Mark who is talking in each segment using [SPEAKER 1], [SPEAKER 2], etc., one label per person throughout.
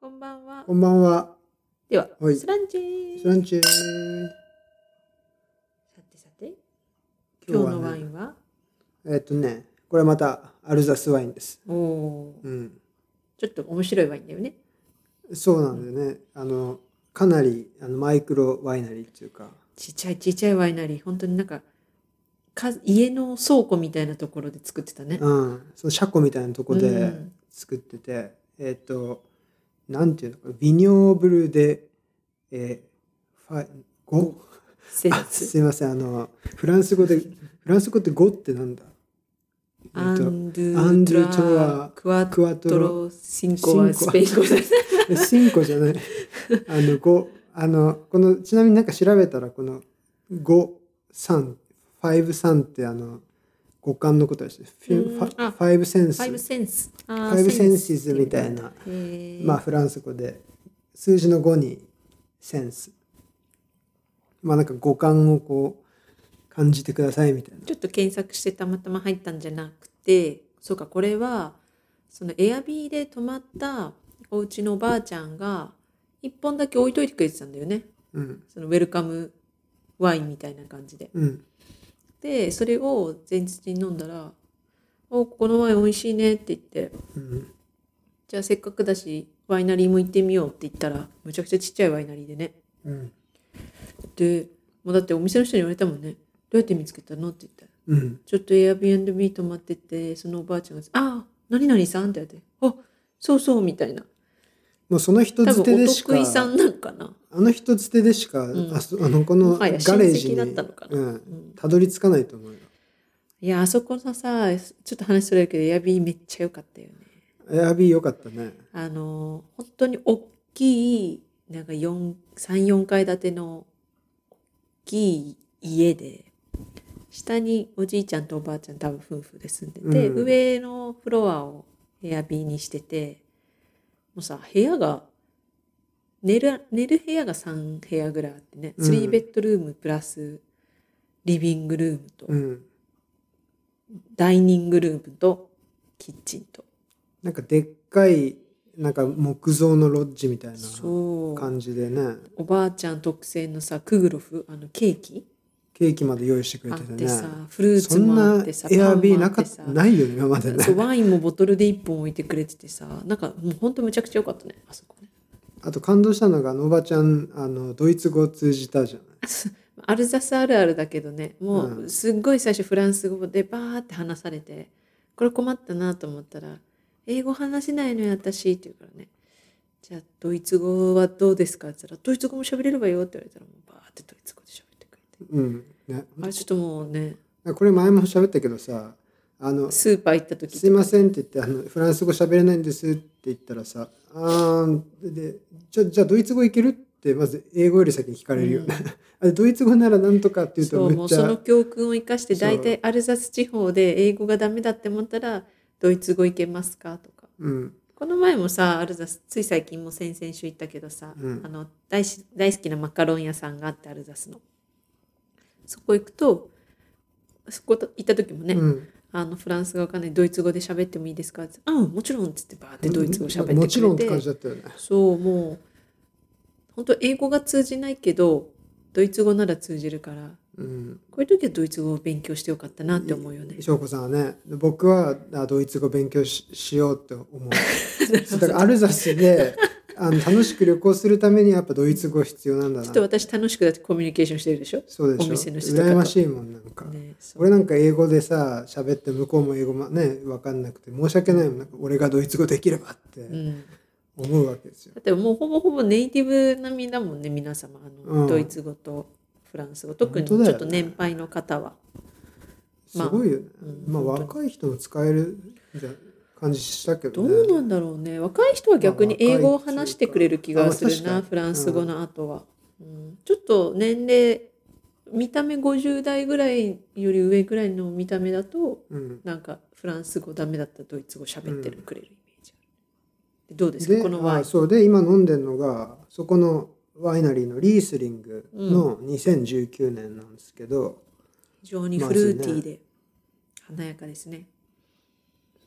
[SPEAKER 1] こんばんは。
[SPEAKER 2] こんばんは。
[SPEAKER 1] では、
[SPEAKER 2] はい
[SPEAKER 1] スランチェ
[SPEAKER 2] スランチェ
[SPEAKER 1] さてさて、
[SPEAKER 2] 今
[SPEAKER 1] 今日
[SPEAKER 2] 日はね
[SPEAKER 1] のワインは、
[SPEAKER 2] えっとね、これまたアルザスワインです。
[SPEAKER 1] おおー、
[SPEAKER 2] うん。
[SPEAKER 1] ちょっと面白いワインだよね。
[SPEAKER 2] そうなんだよね。あの、かなりあのマイクロワイナリーっていうか、
[SPEAKER 1] ちっちゃいちっちゃいワイナリー、本当になんか、か家の倉庫みたいなところで作ってたね。
[SPEAKER 2] うん。その車庫みたいなとこ
[SPEAKER 1] う
[SPEAKER 2] で
[SPEAKER 1] ん
[SPEAKER 2] 作ってて、えっと、なんていうのかな、ビニョーブルで、えー、ファイ、ゴ
[SPEAKER 1] セン
[SPEAKER 2] あ
[SPEAKER 1] ス。
[SPEAKER 2] すいません、あの、フランス語で、フランス語ってゴってなんだえ
[SPEAKER 1] ア
[SPEAKER 2] っと、
[SPEAKER 1] ンドゥ
[SPEAKER 2] アンドゥ
[SPEAKER 1] ト
[SPEAKER 2] ト
[SPEAKER 1] ラ
[SPEAKER 2] ラ
[SPEAKER 1] クワ
[SPEAKER 2] クワ
[SPEAKER 1] ト
[SPEAKER 2] トロ
[SPEAKER 1] ロシンコはスペイン語だね。
[SPEAKER 2] シンコじゃない。あの、五、あの、この、ちなみになんか調べたら、この、五、三、ファイブ三って、あの、五感のことらしいです。フ
[SPEAKER 1] う
[SPEAKER 2] ィ
[SPEAKER 1] ん
[SPEAKER 2] ファ
[SPEAKER 1] あ
[SPEAKER 2] ファイブセン
[SPEAKER 1] ファイブ
[SPEAKER 2] ス。
[SPEAKER 1] センス。フ
[SPEAKER 2] ファイブセンシズみたいな。まあ、フランス語で、数字の五に、センス。まあ、なんか五感をこう、感じてくださいみたいな。
[SPEAKER 1] ちょっと検索してたまたま入ったんじゃなくてそうかこれはそのエアビーで泊まったお家のおばあちゃんが1本だけ置いといてくれてたんだよね
[SPEAKER 2] うん。
[SPEAKER 1] そのウェルカムワインみたいな感じで
[SPEAKER 2] うん。
[SPEAKER 1] でそれを前日に飲んだら「おこのワイン美味しいね」って言って
[SPEAKER 2] うん。
[SPEAKER 1] 「じゃあせっかくだしワイナリーも行ってみよう」って言ったらむちゃくちゃちっちゃいワイナリーでね
[SPEAKER 2] うん。
[SPEAKER 1] でもうだってお店の人に言われたもんね「どうやって見つけたの?」って言ったら
[SPEAKER 2] うん。
[SPEAKER 1] ちょっと Airbnb 泊まってて、そのおばあちゃんが、あ、何々さんって言って、あ、そうそうみたいな。
[SPEAKER 2] もうその人
[SPEAKER 1] 多
[SPEAKER 2] づて
[SPEAKER 1] 分
[SPEAKER 2] で
[SPEAKER 1] お
[SPEAKER 2] しか。
[SPEAKER 1] 得意さんなんかな。
[SPEAKER 2] あの人捨てでしか、
[SPEAKER 1] ん
[SPEAKER 2] あそあのこの
[SPEAKER 1] もは
[SPEAKER 2] ガレ
[SPEAKER 1] や
[SPEAKER 2] ージに
[SPEAKER 1] 親戚だったのかな
[SPEAKER 2] うん
[SPEAKER 1] うん
[SPEAKER 2] たどり着かないと思うよ。
[SPEAKER 1] いや、あそこのさ、ちょっと話それるけど、Airbnb めっちゃ良かったよね。
[SPEAKER 2] エアビーよかったね。
[SPEAKER 1] あの、本当に大きい、なんか4、3、4階建ての大きい家で、下におじいちゃんとおばあちゃん多分夫婦で住んでて、
[SPEAKER 2] うん
[SPEAKER 1] 上のフロアをエアビーにしてて、もうさ、部屋が、寝る、寝る部屋が3部屋ぐらいあってね、
[SPEAKER 2] うん
[SPEAKER 1] 3ベッドルームプラスリビングルームと、
[SPEAKER 2] うん。
[SPEAKER 1] ダイニングルームとキッチンと。
[SPEAKER 2] なんかでっかいなんか木造のロッジみたいな
[SPEAKER 1] そう。
[SPEAKER 2] 感じでね、
[SPEAKER 1] おばあちゃん特製のさクグロフあのケーキ
[SPEAKER 2] ケーキまで用意してくれ
[SPEAKER 1] あってて
[SPEAKER 2] て
[SPEAKER 1] さ
[SPEAKER 2] ね。
[SPEAKER 1] フルー
[SPEAKER 2] そ
[SPEAKER 1] ツ
[SPEAKER 2] ん
[SPEAKER 1] もあ
[SPEAKER 2] な
[SPEAKER 1] ってさ
[SPEAKER 2] エアビーな
[SPEAKER 1] パ
[SPEAKER 2] か
[SPEAKER 1] ンもあってさ
[SPEAKER 2] ないよね今までね
[SPEAKER 1] そう。ワインもボトルで1本置いてくれててさなんかもうほんとむちゃくちゃ良かったねあそこね
[SPEAKER 2] あと感動したのがあのおばちゃんあのドイツ語を通じたじゃない。
[SPEAKER 1] アルザスあるあるだけどねも
[SPEAKER 2] う
[SPEAKER 1] うんすっごい最初フランス語でバーって話されてこれ困ったなと思ったら「英語話せないのよ私」って言うからね「じゃあドイツ語はどうですか?」って言ったら「ドイツ語も喋れればよ」って言われたらもうバーってドイツ語で喋ってくれて
[SPEAKER 2] うん。ね。
[SPEAKER 1] あれちょっともうね
[SPEAKER 2] これ前も喋ったけどさあの
[SPEAKER 1] スーパー行った時とか
[SPEAKER 2] すいませんって言ってあのフランス語喋れないんですって言ったらさ「あーでじゃじゃあドイツ語いける?」ってまず英語より先に聞かれるよね、 あドイツ語ならなんとかって言う
[SPEAKER 1] そ
[SPEAKER 2] と
[SPEAKER 1] う
[SPEAKER 2] め
[SPEAKER 1] も
[SPEAKER 2] っ
[SPEAKER 1] う
[SPEAKER 2] ち
[SPEAKER 1] その
[SPEAKER 2] ゃ
[SPEAKER 1] 教訓を生かして
[SPEAKER 2] そう
[SPEAKER 1] 大体アルザス地方で英語がダメだって思ったらドイツ語いけますかとか
[SPEAKER 2] うん
[SPEAKER 1] この前もさアルザスつい最近も先々週行ったけどさ、
[SPEAKER 2] うん
[SPEAKER 1] あの大し大好きなマカロン屋さんがあってアルザスのそこ行くとそこと行った時もね、
[SPEAKER 2] うん
[SPEAKER 1] あのフランスがわかんないドイツ語で喋ってもいいですかって「うんもちろん」っつってバーってドイツ語喋ってくれて
[SPEAKER 2] もちろんって感じだったよね
[SPEAKER 1] そうもう本当英語が通じないけどドイツ語なら通じるから
[SPEAKER 2] うん
[SPEAKER 1] こういう時はドイツ語を勉強してよかったなって思うよね。
[SPEAKER 2] 翔子さんはね僕はあドイツ語勉強ししようって思 うそうだからアルザスであの楽しく旅行するためにやっぱドイツ語必要なんだ
[SPEAKER 1] ちょ
[SPEAKER 2] な
[SPEAKER 1] っと私楽しくだってコミュニケーションしてるでしょ
[SPEAKER 2] そう
[SPEAKER 1] お
[SPEAKER 2] でし
[SPEAKER 1] 店
[SPEAKER 2] ょ
[SPEAKER 1] の人とかと
[SPEAKER 2] 羨ましいもんなんか、
[SPEAKER 1] ねそう
[SPEAKER 2] 俺なんか英語でさ喋って向こうも英語もね分かんなくて申し訳ないもんなんか俺がドイツ語できればって
[SPEAKER 1] うん、だ
[SPEAKER 2] 思うわけですよ。
[SPEAKER 1] ってもうほぼほぼネイティブ並みだもんね皆様あの、
[SPEAKER 2] うん
[SPEAKER 1] ドイツ語とフランス語特にち
[SPEAKER 2] 本当だ
[SPEAKER 1] ょ
[SPEAKER 2] よ
[SPEAKER 1] っ
[SPEAKER 2] ね
[SPEAKER 1] と年配の方は、
[SPEAKER 2] すごいよね。
[SPEAKER 1] ま
[SPEAKER 2] ま
[SPEAKER 1] あ
[SPEAKER 2] あ、
[SPEAKER 1] うん
[SPEAKER 2] 若い人も使えるみたいな感じしたけど
[SPEAKER 1] ど
[SPEAKER 2] ね。
[SPEAKER 1] うなんだろうね若い人は逆に
[SPEAKER 2] まあ
[SPEAKER 1] 英語を
[SPEAKER 2] 若いっていうか
[SPEAKER 1] 話してくれる気がする
[SPEAKER 2] あま
[SPEAKER 1] な、
[SPEAKER 2] あ確かに
[SPEAKER 1] フランス語の後は、うんちょっと年齢見た目50代ぐらいより上ぐらいの見た目だと
[SPEAKER 2] うん、
[SPEAKER 1] なんかフランス語ダメだったらドイツ語喋ってる、
[SPEAKER 2] うん
[SPEAKER 1] くれるイメージあるでどうです
[SPEAKER 2] で
[SPEAKER 1] かこのワイ
[SPEAKER 2] あ
[SPEAKER 1] ン
[SPEAKER 2] そうで今飲んでるのがそこのワイナリーのリースリングの2019年なんですけど、
[SPEAKER 1] 非常にフルーティーで華やかですね,、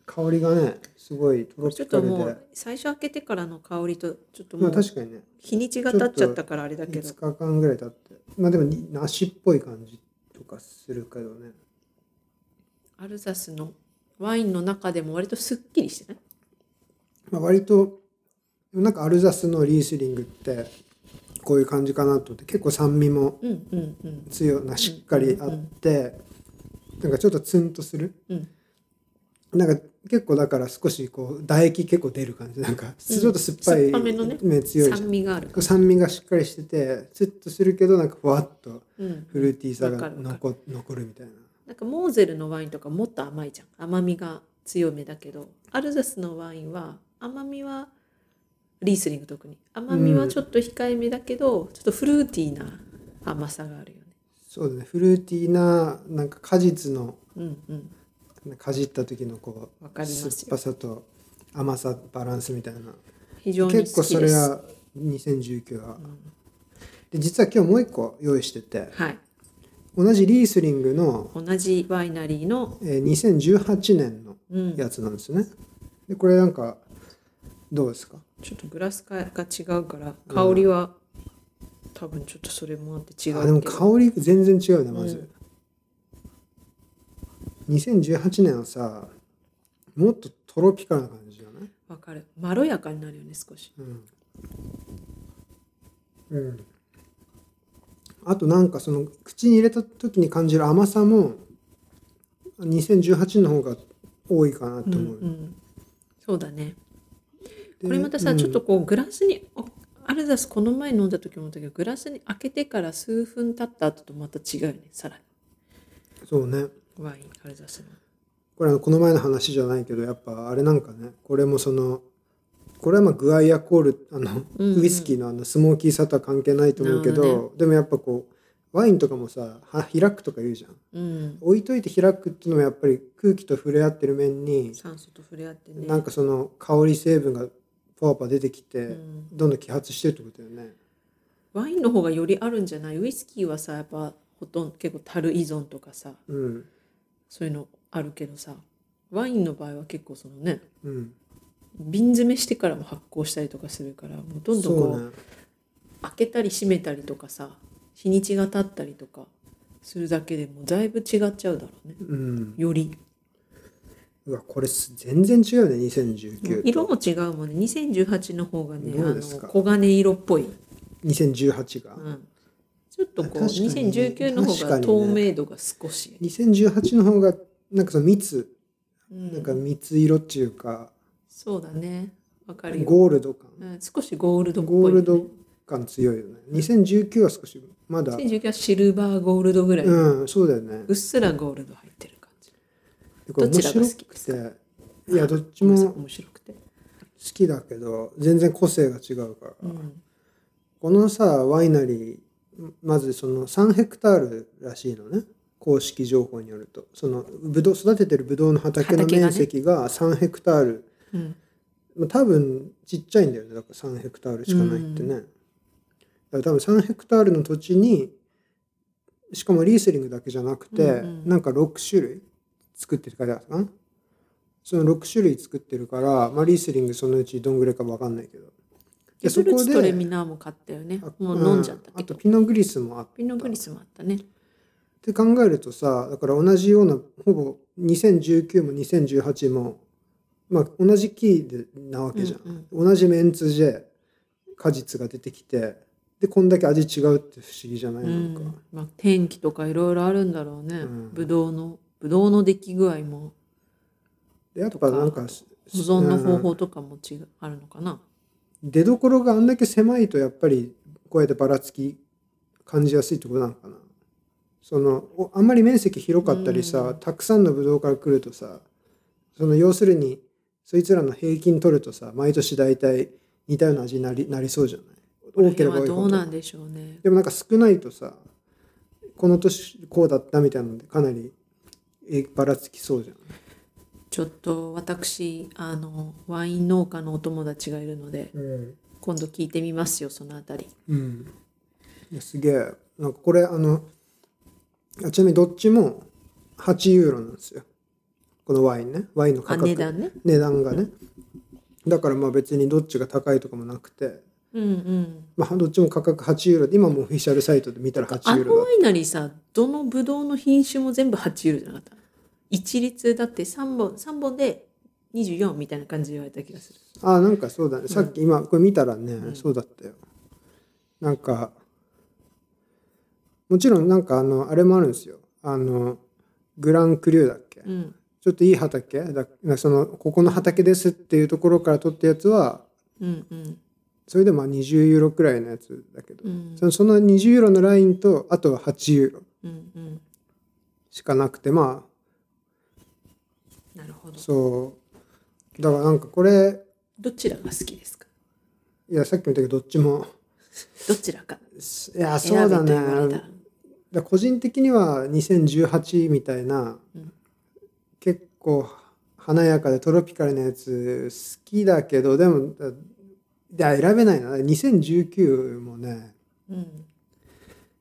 [SPEAKER 2] 香りがねすごいトロ
[SPEAKER 1] ちょ
[SPEAKER 2] ピ
[SPEAKER 1] っ
[SPEAKER 2] カ
[SPEAKER 1] と
[SPEAKER 2] ル
[SPEAKER 1] も
[SPEAKER 2] で
[SPEAKER 1] う最初開けてからの香りとちょっとも
[SPEAKER 2] まあ
[SPEAKER 1] う
[SPEAKER 2] 確かにね
[SPEAKER 1] 日にちが経っちゃったからあれだけど
[SPEAKER 2] 5日間ぐらい経ってまあでもに梨っぽい感じとかするけどね
[SPEAKER 1] アルザスのワインの中でも割とすっきりしてない
[SPEAKER 2] まあ、割となんかアルザスのリースリングってこういう感じかなと思って結構酸味も
[SPEAKER 1] うんうんうん
[SPEAKER 2] 強いなしっかりあってなんかちょっとツンとする
[SPEAKER 1] うん
[SPEAKER 2] なんか結構だから少しこう唾液結構出る感じなんか
[SPEAKER 1] うん
[SPEAKER 2] ちょっと酸っぱ
[SPEAKER 1] 酸
[SPEAKER 2] い、
[SPEAKER 1] っぱめのね
[SPEAKER 2] 強いじゃ
[SPEAKER 1] 酸
[SPEAKER 2] ん
[SPEAKER 1] 味があるか
[SPEAKER 2] 酸味がしっかりしててツッとするけどなんかふわっと
[SPEAKER 1] ら、うん、
[SPEAKER 2] フルーティーさ
[SPEAKER 1] わか
[SPEAKER 2] が
[SPEAKER 1] るわかる
[SPEAKER 2] 残残るみたいな
[SPEAKER 1] なんかモーゼルのワインとかもっと甘いじゃん甘みが強めだけどアルザスのワインは甘みはリースリング特に甘みはちょっと控えめだけど、ちょっとフルーティーな甘さがあるよね
[SPEAKER 2] そうだねフルーティーななんか果実の
[SPEAKER 1] うんうん
[SPEAKER 2] かじった時のこう
[SPEAKER 1] わかります
[SPEAKER 2] 酸
[SPEAKER 1] よ
[SPEAKER 2] っぱさと甘さバランスみたいな
[SPEAKER 1] 非常に好きです
[SPEAKER 2] 結構それは2019は、で実は今日もう一個用意してて
[SPEAKER 1] はい
[SPEAKER 2] 同じリースリングの、
[SPEAKER 1] 同じワイナリーの
[SPEAKER 2] えー2018年の
[SPEAKER 1] うん
[SPEAKER 2] やつなんですよね、でこれなんかどうですか
[SPEAKER 1] ちょっとグラスが違うから香りは、多分ちょっとそれもあって違
[SPEAKER 2] あで
[SPEAKER 1] う
[SPEAKER 2] も
[SPEAKER 1] けど
[SPEAKER 2] 香り全然違うねまず、2018年はさもっとトロピカルな感じじゃない
[SPEAKER 1] わかるまろやかになるよね少し
[SPEAKER 2] うん、あとなんかその口に入れた時に感じる甘さも2018の方が多いかなと思う、
[SPEAKER 1] うんうん、そうだね
[SPEAKER 2] で
[SPEAKER 1] これまたさ、
[SPEAKER 2] うん
[SPEAKER 1] ちょっとこうグラスにおアルザスこの前飲んだ時も思ったけどグラスに開けてから数分経った後とまた違うよねさらに
[SPEAKER 2] そうね
[SPEAKER 1] ワインアルザスの
[SPEAKER 2] これはこの前の話じゃないけどやっぱあれなんかねこれもそのこれはまあグアイアコールあの、
[SPEAKER 1] うんうん
[SPEAKER 2] ウイスキーのあのスモーキーさとは関係ないと思うけど
[SPEAKER 1] なるほ
[SPEAKER 2] でもやっぱこうワインとかもさは開くとか言うじゃん
[SPEAKER 1] うん
[SPEAKER 2] 置いといて開くっていうのもやっぱり空気と触れ合ってる面に
[SPEAKER 1] 酸素と触れ合ってね
[SPEAKER 2] なんかその香り成分がパワパワ出てきて、
[SPEAKER 1] うん
[SPEAKER 2] どんどん揮発してるってことだよね
[SPEAKER 1] ワインの方がよりあるんじゃないウイスキーはさやっぱほとんど結構樽依存とかさ
[SPEAKER 2] うん
[SPEAKER 1] そういうのあるけどさワインの場合は結構そのね
[SPEAKER 2] うん
[SPEAKER 1] 瓶詰めしてからも発酵したりとかするからもうどんどんこ
[SPEAKER 2] そう
[SPEAKER 1] う
[SPEAKER 2] ね
[SPEAKER 1] 開けたり閉めたりとかさ日にちが経ったりとかするだけでもだいぶ違っちゃうだろうね
[SPEAKER 2] うん
[SPEAKER 1] より
[SPEAKER 2] うわこれす全然違うね2019と
[SPEAKER 1] 色も違うもんね2018の方がね
[SPEAKER 2] ど
[SPEAKER 1] あ
[SPEAKER 2] う
[SPEAKER 1] の
[SPEAKER 2] ですか
[SPEAKER 1] 黄金色っぽい、
[SPEAKER 2] 2018が、
[SPEAKER 1] うん、ちょっとこう
[SPEAKER 2] 確かにね
[SPEAKER 1] 2019の方
[SPEAKER 2] 確か
[SPEAKER 1] が
[SPEAKER 2] にね
[SPEAKER 1] 透明度が少し、
[SPEAKER 2] 2018の方がなんかその蜜
[SPEAKER 1] うん
[SPEAKER 2] なんか蜜色っていうか、
[SPEAKER 1] そうだねわかるよ、
[SPEAKER 2] ゴールド感
[SPEAKER 1] うん、少しゴールドっぽい、ね、
[SPEAKER 2] ゴールド感強いよね2019は少しまだ
[SPEAKER 1] 2019はシルバーゴールドぐらい、う
[SPEAKER 2] うんそうだよね
[SPEAKER 1] っすらゴールド入ってる感じ
[SPEAKER 2] でこれ
[SPEAKER 1] どちらが好き
[SPEAKER 2] 面
[SPEAKER 1] で
[SPEAKER 2] 白く
[SPEAKER 1] す
[SPEAKER 2] ていやどっち
[SPEAKER 1] ごめ
[SPEAKER 2] も
[SPEAKER 1] んなさい
[SPEAKER 2] 好
[SPEAKER 1] 面白くて、
[SPEAKER 2] きだけど全然個性が違うから、
[SPEAKER 1] うん、
[SPEAKER 2] このさワイナリーまずその3ヘクタールらしいのね公式情報によるとそのブドウ育ててるブドウの畑の
[SPEAKER 1] 畑がね
[SPEAKER 2] 面積が3ヘクタール、
[SPEAKER 1] うん
[SPEAKER 2] まあ、多分ちっちゃいんだよねだから3ヘクタールしかないってね、だから多分3ヘクタールの土地にしかもリースリングだけじゃなくて、
[SPEAKER 1] うんうん
[SPEAKER 2] なんか6種類作ってるからだなその6種類作ってるから、まあ、リースリングそのうちどんぐらいか分かんないけど
[SPEAKER 1] でフ
[SPEAKER 2] でそ
[SPEAKER 1] ルー
[SPEAKER 2] こ
[SPEAKER 1] ツトレ
[SPEAKER 2] で
[SPEAKER 1] ミナーも買ったよね
[SPEAKER 2] あ
[SPEAKER 1] もう飲んじゃった
[SPEAKER 2] うん
[SPEAKER 1] け
[SPEAKER 2] あと
[SPEAKER 1] ど、
[SPEAKER 2] ピノグリスもあっ
[SPEAKER 1] ピノグリスもあったね
[SPEAKER 2] て考えるとさだから同じようなほぼ2019も2018も、まあ、同じキーでなわけじゃん、
[SPEAKER 1] うん
[SPEAKER 2] 同じメンツで果実が出てきてでこんだけ味違うって不思議じゃないなんか、
[SPEAKER 1] うんまあ、天気とかいろいろあるんだろうね、
[SPEAKER 2] うん
[SPEAKER 1] ぶどうのぶどうの出来具合も
[SPEAKER 2] でやっぱなんか
[SPEAKER 1] と保存の方法とかも違うあるのかな、
[SPEAKER 2] うん出どころがあんだけ狭いとやっぱりこうやってばらつき感じやすいってことなのかなそのおあんまり面積広かったりさ、
[SPEAKER 1] うん
[SPEAKER 2] たくさんのブドウから来るとさその要するにそいつらの平均取るとさ毎年大体似たような味になりなりそうじゃない多ければ多
[SPEAKER 1] この辺
[SPEAKER 2] い
[SPEAKER 1] はど
[SPEAKER 2] ほ
[SPEAKER 1] う
[SPEAKER 2] ど
[SPEAKER 1] なんでしょうね
[SPEAKER 2] でもなんか少ないとさこの年こうだったみたいなのでかなりえばらつきそうじゃん
[SPEAKER 1] ちょっと私あのワイン農家のお友達がいるので
[SPEAKER 2] うん、
[SPEAKER 1] 今度聞いてみますよそのあたり
[SPEAKER 2] いやすげえなんかこれあのあちなみにどっちも8ユーロなんですよこのワインねワインの価
[SPEAKER 1] あ
[SPEAKER 2] 格
[SPEAKER 1] 値段ね
[SPEAKER 2] 値段がねだからまあ別にどっちが高いとかもなくて、
[SPEAKER 1] うんうん
[SPEAKER 2] まあ、どっちも価格8ユーロで今もうオフィシャルサイトで見たら
[SPEAKER 1] あ
[SPEAKER 2] 8ユー
[SPEAKER 1] の
[SPEAKER 2] ロ
[SPEAKER 1] ワ
[SPEAKER 2] だ
[SPEAKER 1] イナリーさどのブドウの品種も全部8ユーロじゃなかった一律だって3本三本で24みたいな感じで言われた気がする
[SPEAKER 2] ああなんかそうだねさっき今これ見たらね、そうだったよなんかもちろんなんかあのあれもあるんですよあのグランクリューだっけ、
[SPEAKER 1] うん
[SPEAKER 2] ちょっといい畑だそのここの畑ですっていうところから取ったやつは
[SPEAKER 1] うんうん
[SPEAKER 2] それでまあ20ユーロくらいのやつだけど、
[SPEAKER 1] うん
[SPEAKER 2] そのその20ユーロのラインとあとは8ユーロ
[SPEAKER 1] うんうん
[SPEAKER 2] しかなくてま
[SPEAKER 1] なるほど
[SPEAKER 2] あそうだからなんかこれ
[SPEAKER 1] どちらが好きですか
[SPEAKER 2] いやさっきも言ったけどどっちも
[SPEAKER 1] どちらか
[SPEAKER 2] いや
[SPEAKER 1] 選べ
[SPEAKER 2] そうだ
[SPEAKER 1] と
[SPEAKER 2] ね
[SPEAKER 1] 言われた
[SPEAKER 2] だ
[SPEAKER 1] ら
[SPEAKER 2] か、ら個人的には2018みたいな、
[SPEAKER 1] うん
[SPEAKER 2] 結構華やかでトロピカルなやつ好きだけどでもだいや選べないな2019もね
[SPEAKER 1] うん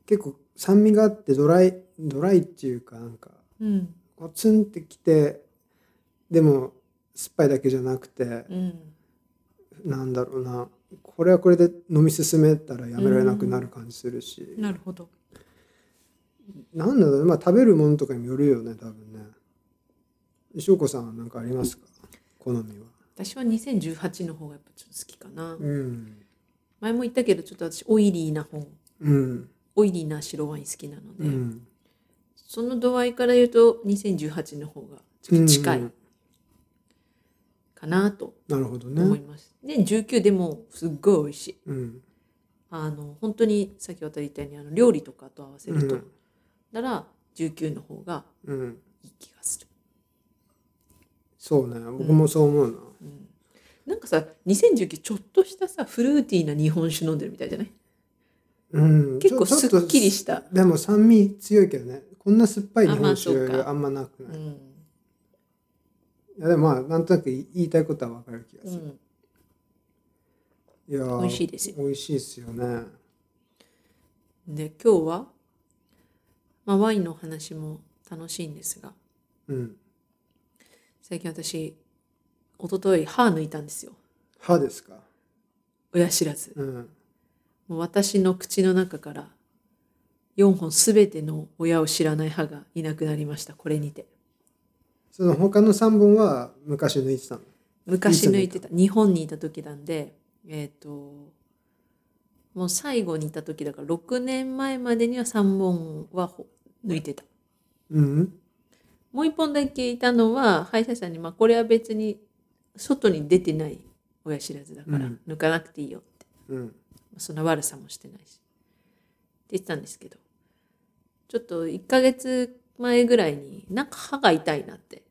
[SPEAKER 2] 結構酸味があってドライドライっていうかなんか
[SPEAKER 1] うん
[SPEAKER 2] こうツンってきてでも酸っぱいだけじゃなくて、
[SPEAKER 1] うん
[SPEAKER 2] なんだろうなこれはこれで飲み進めたらやめられなくなる感じするし、
[SPEAKER 1] なるほど
[SPEAKER 2] なんだろうねまあ食べるものとかにもよるよね多分ね翔子さんは何かありますか好みは
[SPEAKER 1] 私は2018の方がやっぱちょっと好きかな
[SPEAKER 2] うん
[SPEAKER 1] 前も言ったけどちょっと私オイリーな方
[SPEAKER 2] うん
[SPEAKER 1] オイリーな白ワイン好きなので、
[SPEAKER 2] うん
[SPEAKER 1] その度合いから言うと2018の方がちょっと近
[SPEAKER 2] うんう
[SPEAKER 1] い
[SPEAKER 2] ん
[SPEAKER 1] かなと
[SPEAKER 2] なるほど
[SPEAKER 1] 思い
[SPEAKER 2] ね
[SPEAKER 1] ます、で19でもすっごい美味しい
[SPEAKER 2] うん
[SPEAKER 1] あの本当にさっき渡り言ったようにあの料理とかと合わせると、
[SPEAKER 2] うん
[SPEAKER 1] なら19の方が
[SPEAKER 2] うん
[SPEAKER 1] いい気がする
[SPEAKER 2] そうね僕もそう思うな、
[SPEAKER 1] なんかさ2019ちょっとしたさフルーティーな日本酒飲んでるみたいじゃない
[SPEAKER 2] うん、
[SPEAKER 1] 結構
[SPEAKER 2] ちょ
[SPEAKER 1] すっきり
[SPEAKER 2] ち
[SPEAKER 1] した
[SPEAKER 2] ょっとでも酸味強いけどねこんな酸っぱい日
[SPEAKER 1] あま
[SPEAKER 2] 本
[SPEAKER 1] あそう
[SPEAKER 2] 酒
[SPEAKER 1] か
[SPEAKER 2] あんまなく
[SPEAKER 1] う
[SPEAKER 2] ない,、
[SPEAKER 1] ん、
[SPEAKER 2] いやでもまあなんとなく言いたいことは分かる気が
[SPEAKER 1] う
[SPEAKER 2] する、
[SPEAKER 1] ん、
[SPEAKER 2] いやー
[SPEAKER 1] 美味しいですよ
[SPEAKER 2] 美味しいですよね
[SPEAKER 1] で今日は、まあ、ワインのお話も楽しいんですが
[SPEAKER 2] うん
[SPEAKER 1] 最近私一昨日歯抜いたんですよ
[SPEAKER 2] 歯ですか
[SPEAKER 1] 親知らず
[SPEAKER 2] うん
[SPEAKER 1] もう私の口の中から4本全ての親を知らない歯がいなくなりましたこれにて
[SPEAKER 2] その他の3本は昔抜いてたの
[SPEAKER 1] 昔抜いてた日本にいた時なんでえっ、ともう最後にいた時だから6年前までには3本はほ抜いてた
[SPEAKER 2] うん
[SPEAKER 1] もう1本だけいたのは歯医者さんに、まあ、これは別に外に出てない親知らずだから
[SPEAKER 2] うん
[SPEAKER 1] 抜かなくていいよって、
[SPEAKER 2] うん
[SPEAKER 1] そんな悪さもしてないしって言ってたんですけどちょっと1ヶ月前ぐらいになんか歯が痛いなって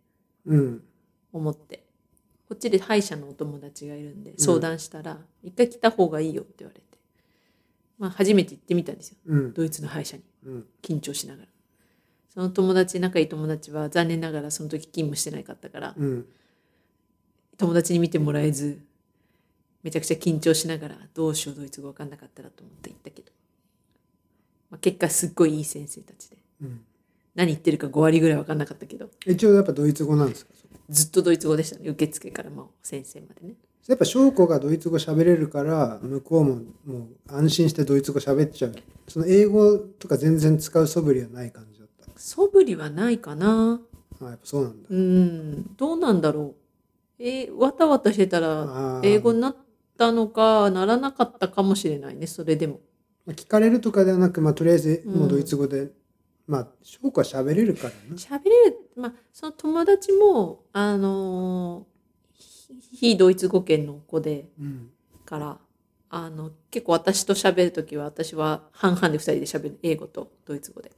[SPEAKER 2] うん
[SPEAKER 1] 思ってこっちで歯医者のお友達がいるんで相談したら「一回来た方がいいよ」って言われて、まあ、初めて行ってみたんですよ
[SPEAKER 2] うん
[SPEAKER 1] ドイツの歯医者に
[SPEAKER 2] うん
[SPEAKER 1] 緊張しながらその友達仲いい友達は残念ながらその時勤務してなかったから
[SPEAKER 2] うん
[SPEAKER 1] 友達に見てもらえずめちゃくちゃ緊張しながらどうしようドイツ語分かんなかったらと思って行ったけど、まあ、結果すっごいいい先生たちで
[SPEAKER 2] うん
[SPEAKER 1] 何言ってるか5割ぐらい分かんなかったけど
[SPEAKER 2] 一応やっぱドイツ語なんですかそこ
[SPEAKER 1] ずっとドイツ語でしたね受付からもう先生までね
[SPEAKER 2] やっぱ翔子がドイツ語喋れるから向こうももう安心してドイツ語喋っちゃうその英語とか全然使う素振りはない感じだっ
[SPEAKER 1] 素振りはないかな
[SPEAKER 2] たあやっぱそうなんだ
[SPEAKER 1] うんどうなんだろうえーわたわたしてたら
[SPEAKER 2] あー
[SPEAKER 1] 英語になったのかならなかったかもしれないねそれでも
[SPEAKER 2] まあ聞かれるとかではなく、まあ、とりあえず
[SPEAKER 1] うん
[SPEAKER 2] もうドイツ語で、まあ翔子は喋れるからな
[SPEAKER 1] 喋れるまあその友達もあのーひ非ドイツ語圏の子で
[SPEAKER 2] うん
[SPEAKER 1] からあの結構私と喋る時は私は半々で2人で喋る英語とドイツ語で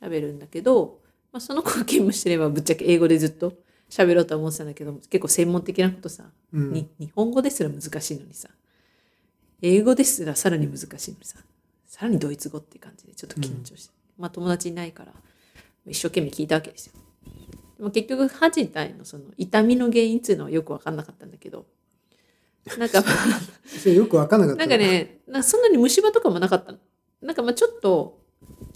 [SPEAKER 1] 喋るんだけど、まあ、その子が勤務してればぶっちゃけ英語でずっと喋ろうとは思ってたんだけど結構専門的なことさ
[SPEAKER 2] うん
[SPEAKER 1] に日本語ですら難しいのにさ英語ですらさらに難しいのにささらにドイツ語っていう感じでちょっと緊張して、まあ友達いないから一生懸命聞いたわけですよでも結局歯自体のその痛みの原因っていうのはよく分かんなかったんだけどなんか
[SPEAKER 2] それよく分かんなかった
[SPEAKER 1] なんかねなんかそんなに虫歯とかもなかったのなんかまあちょっと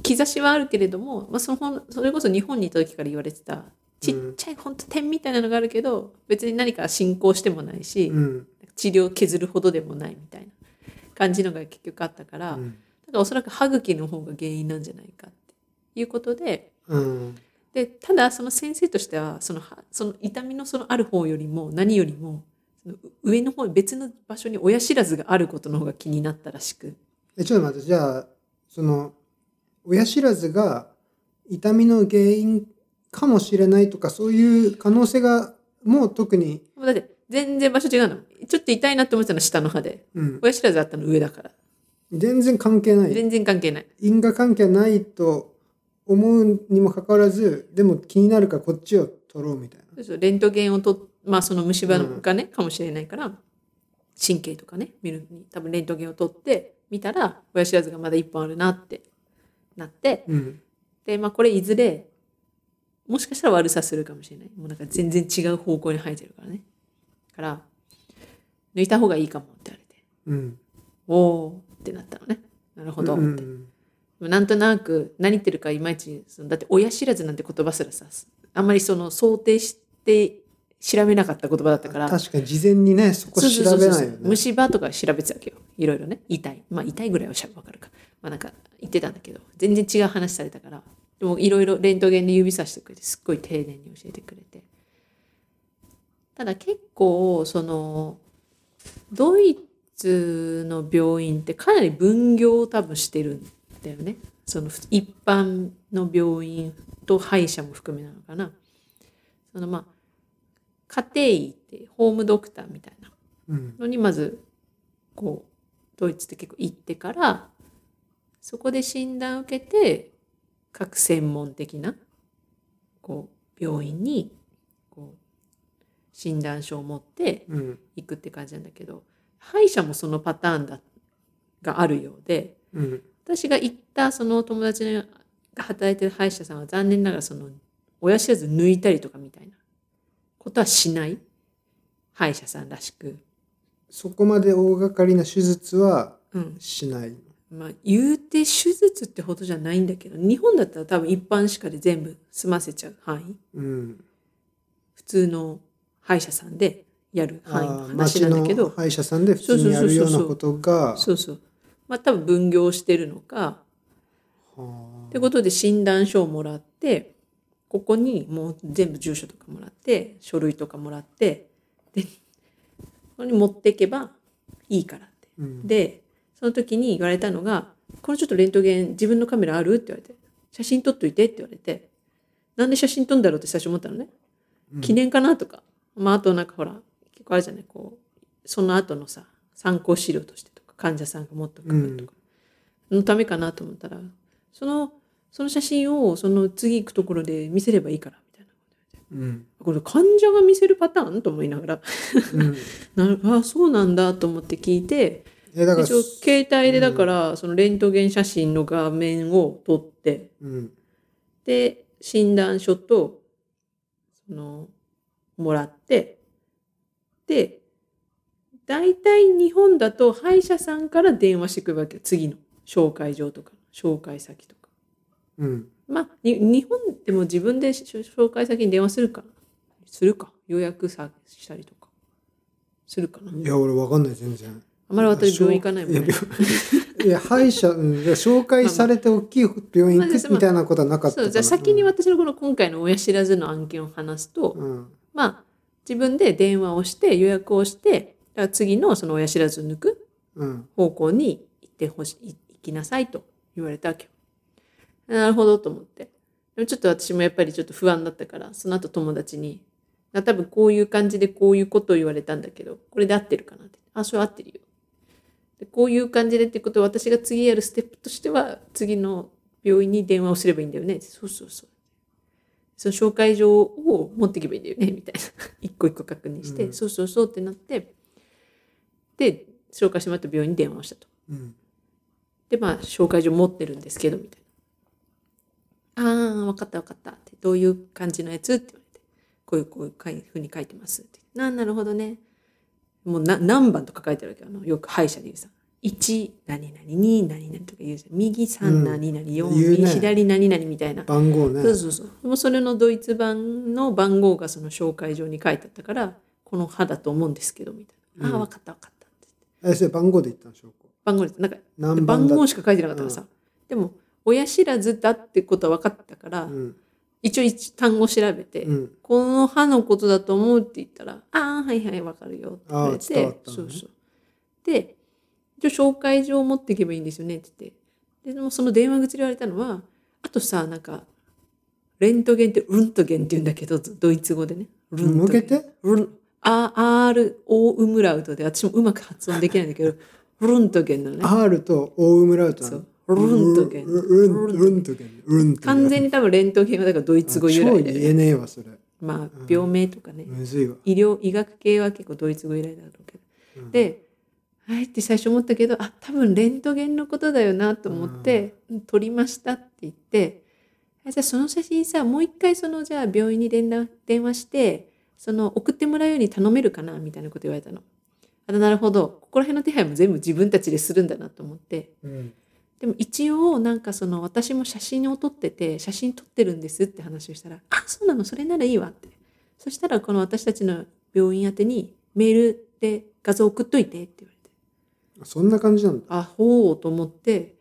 [SPEAKER 1] 兆しはあるけれども、まあ、そのほんそれこそ日本にいた時から言われてたちっちゃい本当点みたいなのがあるけど別に何か進行してもないし、
[SPEAKER 2] うん
[SPEAKER 1] 治療を削るほどでもないみたいな感じのが結局あったから、
[SPEAKER 2] う
[SPEAKER 1] だか
[SPEAKER 2] ん
[SPEAKER 1] らおそらく歯茎の方が原因なんじゃないかっていうことで
[SPEAKER 2] うん
[SPEAKER 1] でただその先生としてはその歯その痛みのそのある方よりも何よりもその上の方別の場所に親知らずがあることの方が気になったらしく
[SPEAKER 2] えちょっと待ってじゃあその親知らずが痛みの原因かもしれないとかそういう可能性がもう特に、
[SPEAKER 1] もうだって全然場所違うのちょっと痛いなって思ってたのは下の歯で
[SPEAKER 2] うん、
[SPEAKER 1] 親知らずあったの上だから
[SPEAKER 2] 全然関係ない
[SPEAKER 1] 全然関係ない
[SPEAKER 2] 因果関係ないと思うにもかかわらずでも気になるからこっちを取ろうみたい
[SPEAKER 1] そうそうレントゲンをとっまあその虫歯がね、かもしれないから神経とかね見るに多分レントゲンを取って見たら親知らずがまだ1本あるなってなって
[SPEAKER 2] な、うん、
[SPEAKER 1] でまあこれいずれもしかしたら悪さするかもしれないもうなんか全然違う方向に生えてるからねだから抜いた方がいいかもって言われて
[SPEAKER 2] うん
[SPEAKER 1] おおーってなったのねなるほどって、
[SPEAKER 2] うんうん
[SPEAKER 1] なんとなく何言ってるかいまいちそのだって親知らずなんて言葉すらさあんまりその想定して調べなかった言葉だったから
[SPEAKER 2] 確かに事前にねそこ
[SPEAKER 1] そうそうそ
[SPEAKER 2] 調
[SPEAKER 1] うそ
[SPEAKER 2] べ
[SPEAKER 1] う
[SPEAKER 2] ないよね
[SPEAKER 1] 虫歯とか調べてたわけよいろいろね痛いまあ痛いぐらいはしゃ分かるかまあなんか言ってたんだけど全然違う話されたからでもいろいろレントゲンで指さしてくれてすっごい丁寧に教えてくれてただ結構そのドイツの病院ってかなり分業を多分してるんだよねその一般の病院と歯医者も含めなのかなそのまあ家庭医ってホームドクターみたいな
[SPEAKER 2] うん
[SPEAKER 1] のにまずこうドイツって結構行ってからそこで診断を受けて各専門的なこう病院にこう診断書を持って
[SPEAKER 2] うん
[SPEAKER 1] 行くって感じなんだけど歯医者もそのパターンだがあるようで
[SPEAKER 2] うん
[SPEAKER 1] 私が行ったその友達のが働いてる歯医者さんは残念ながらその親知らず抜いたりとかみたいなことはしない歯医者さんらしく。
[SPEAKER 2] そこまで大掛かりな手術は
[SPEAKER 1] うん、
[SPEAKER 2] しない
[SPEAKER 1] まあ、言うて手術ってほどじゃないんだけど日本だったら多分一般歯科で全部済ませちゃう範囲
[SPEAKER 2] うん
[SPEAKER 1] 普通の歯医者さんでやる範囲の
[SPEAKER 2] あー
[SPEAKER 1] 話なんだけ
[SPEAKER 2] 町
[SPEAKER 1] ど
[SPEAKER 2] の歯医者さんで普通にやるようなことが
[SPEAKER 1] そうそうまあ多分分業してるのか
[SPEAKER 2] は
[SPEAKER 1] っ
[SPEAKER 2] あ
[SPEAKER 1] てことで診断書をもらってここにもう全部住所とかもらって書類とかもらってでここに持っていけばいいからって
[SPEAKER 2] うん
[SPEAKER 1] でその時に言われたのが「これちょっとレントゲン自分のカメラある?」って言われて「写真撮っといて」って言われて「なんで写真撮んだろう?」って最初思ったのね
[SPEAKER 2] うん
[SPEAKER 1] 記念かなとか、まああとなんかほら結構あるじゃないこうその後のさ参考資料としてとか患者さんが持ってくるとか、のためかなと思ったらそのその写真をその次行くところで見せればいいからみたいな
[SPEAKER 2] うん
[SPEAKER 1] これ患者が見せるパターンと思いながら
[SPEAKER 2] うん
[SPEAKER 1] なあそうなんだと思って聞いて
[SPEAKER 2] えだから
[SPEAKER 1] 一応携帯でだから、そのレントゲン写真の画面を撮って
[SPEAKER 2] うん
[SPEAKER 1] で診断書とそのもらってで大体日本だと歯医者さんから電話してくるわけよ次の紹介状とか紹介先とか
[SPEAKER 2] うん
[SPEAKER 1] まあに日本でも自分でし紹介先に電話するかするか予約さしたりとかするかない
[SPEAKER 2] や俺わかんない全然
[SPEAKER 1] あまり私病院行かないもんね
[SPEAKER 2] や病 いや歯医者うんで紹介されて大きい病院行くみたいなことはなかったか
[SPEAKER 1] そ
[SPEAKER 2] な
[SPEAKER 1] うじゃあ先に私のこの今回の親知らずの案件を話すと、
[SPEAKER 2] うん
[SPEAKER 1] まあ自分で電話をして予約をしてだから次のその親知らずを抜く
[SPEAKER 2] うん
[SPEAKER 1] 方向に行ってほしい行きなさいと言われたわけよなるほどと思ってでもちょっと私もやっぱりちょっと不安だったからその後友達にあ多分こういう感じでこういうことを言われたんだけどこれで合ってるかなってあそれ合ってるよでこういう感じでってことは私が次やるステップとしては次の病院に電話をすればいいんだよねそうそうそうその紹介状を持っていけばいいんだよねみたいな 一個一個確認して、
[SPEAKER 2] うん
[SPEAKER 1] そうそうそうってなってで紹介してもらった病院に電話をしたと
[SPEAKER 2] うん
[SPEAKER 1] でまあ紹介状持ってるんですけどみたいな「ああ分かった分かった」って「どういう感じのやつ?」って言われて「こういうこういうかいふうに書いてます」って「ななるほどね」もうな何番とか書いてあるわけどあのよく歯医者で言うさ1何々2何々とか言うじゃん右3何々4、
[SPEAKER 2] 言うね
[SPEAKER 1] 左何々みたいな、
[SPEAKER 2] 番号ね
[SPEAKER 1] そうそうそうでもそれのドイツ版の番号がその紹介状に書いてあったからこの歯だと思うんですけどみたいな、
[SPEAKER 2] うん
[SPEAKER 1] ああ分かった分かったって
[SPEAKER 2] えそれ番号で言ったんでしょうか
[SPEAKER 1] 番号ですなんか
[SPEAKER 2] 何番
[SPEAKER 1] 番
[SPEAKER 2] だ
[SPEAKER 1] 号しか書いてなかったからさ、でも親知らずだってことは分かったから、
[SPEAKER 2] うん
[SPEAKER 1] 一応一単語調べて、
[SPEAKER 2] うん
[SPEAKER 1] この歯のことだと思うって言ったら「ああはいはいわかるよ」って言われて
[SPEAKER 2] あー伝わったの
[SPEAKER 1] そ
[SPEAKER 2] ね
[SPEAKER 1] うそうで「じゃあ紹介状を持っていけばいいんですよね」って言ってででもその電話口で言われたのはあとさなんか「レントゲン」って「ルントゲン」って言うんだけどドイツ語でね「ルント
[SPEAKER 2] 向
[SPEAKER 1] ゲ
[SPEAKER 2] け
[SPEAKER 1] ン」
[SPEAKER 2] て
[SPEAKER 1] ルン「R」「O」「ウムラウト」で私もうまく発音できないんだ けど「ルントゲン」なのね
[SPEAKER 2] R と O ウムラウトな
[SPEAKER 1] そ
[SPEAKER 2] の
[SPEAKER 1] うルントゲン
[SPEAKER 2] ルルンルントゲンルントゲン
[SPEAKER 1] 完全に多分レントゲンはだからドイツ語由来
[SPEAKER 2] あ超
[SPEAKER 1] で
[SPEAKER 2] 言えねえわそれ
[SPEAKER 1] まあ病名とかね、
[SPEAKER 2] むずいわ
[SPEAKER 1] 医療医学系は結構ドイツ語由来だろうけど、
[SPEAKER 2] うん
[SPEAKER 1] で「はい」って最初思ったけどあ多分レントゲンのことだよなと思って「うん撮りました」って言って「あじゃあその写真さもう一回そのじゃあ病院に連絡電話してその送ってもらうように頼めるかな」みたいなこと言われたの。あなるほどここら辺の手配も全部自分たちでするんだなと思って
[SPEAKER 2] うん
[SPEAKER 1] でも一応なんかその私も写真を撮ってて写真撮ってるんですって話をしたら「あそうなのそれならいいわ」ってそしたらこの私たちの病院宛てにメールで画像送っといてって言われて
[SPEAKER 2] そんな感じなんだ
[SPEAKER 1] あほうと思って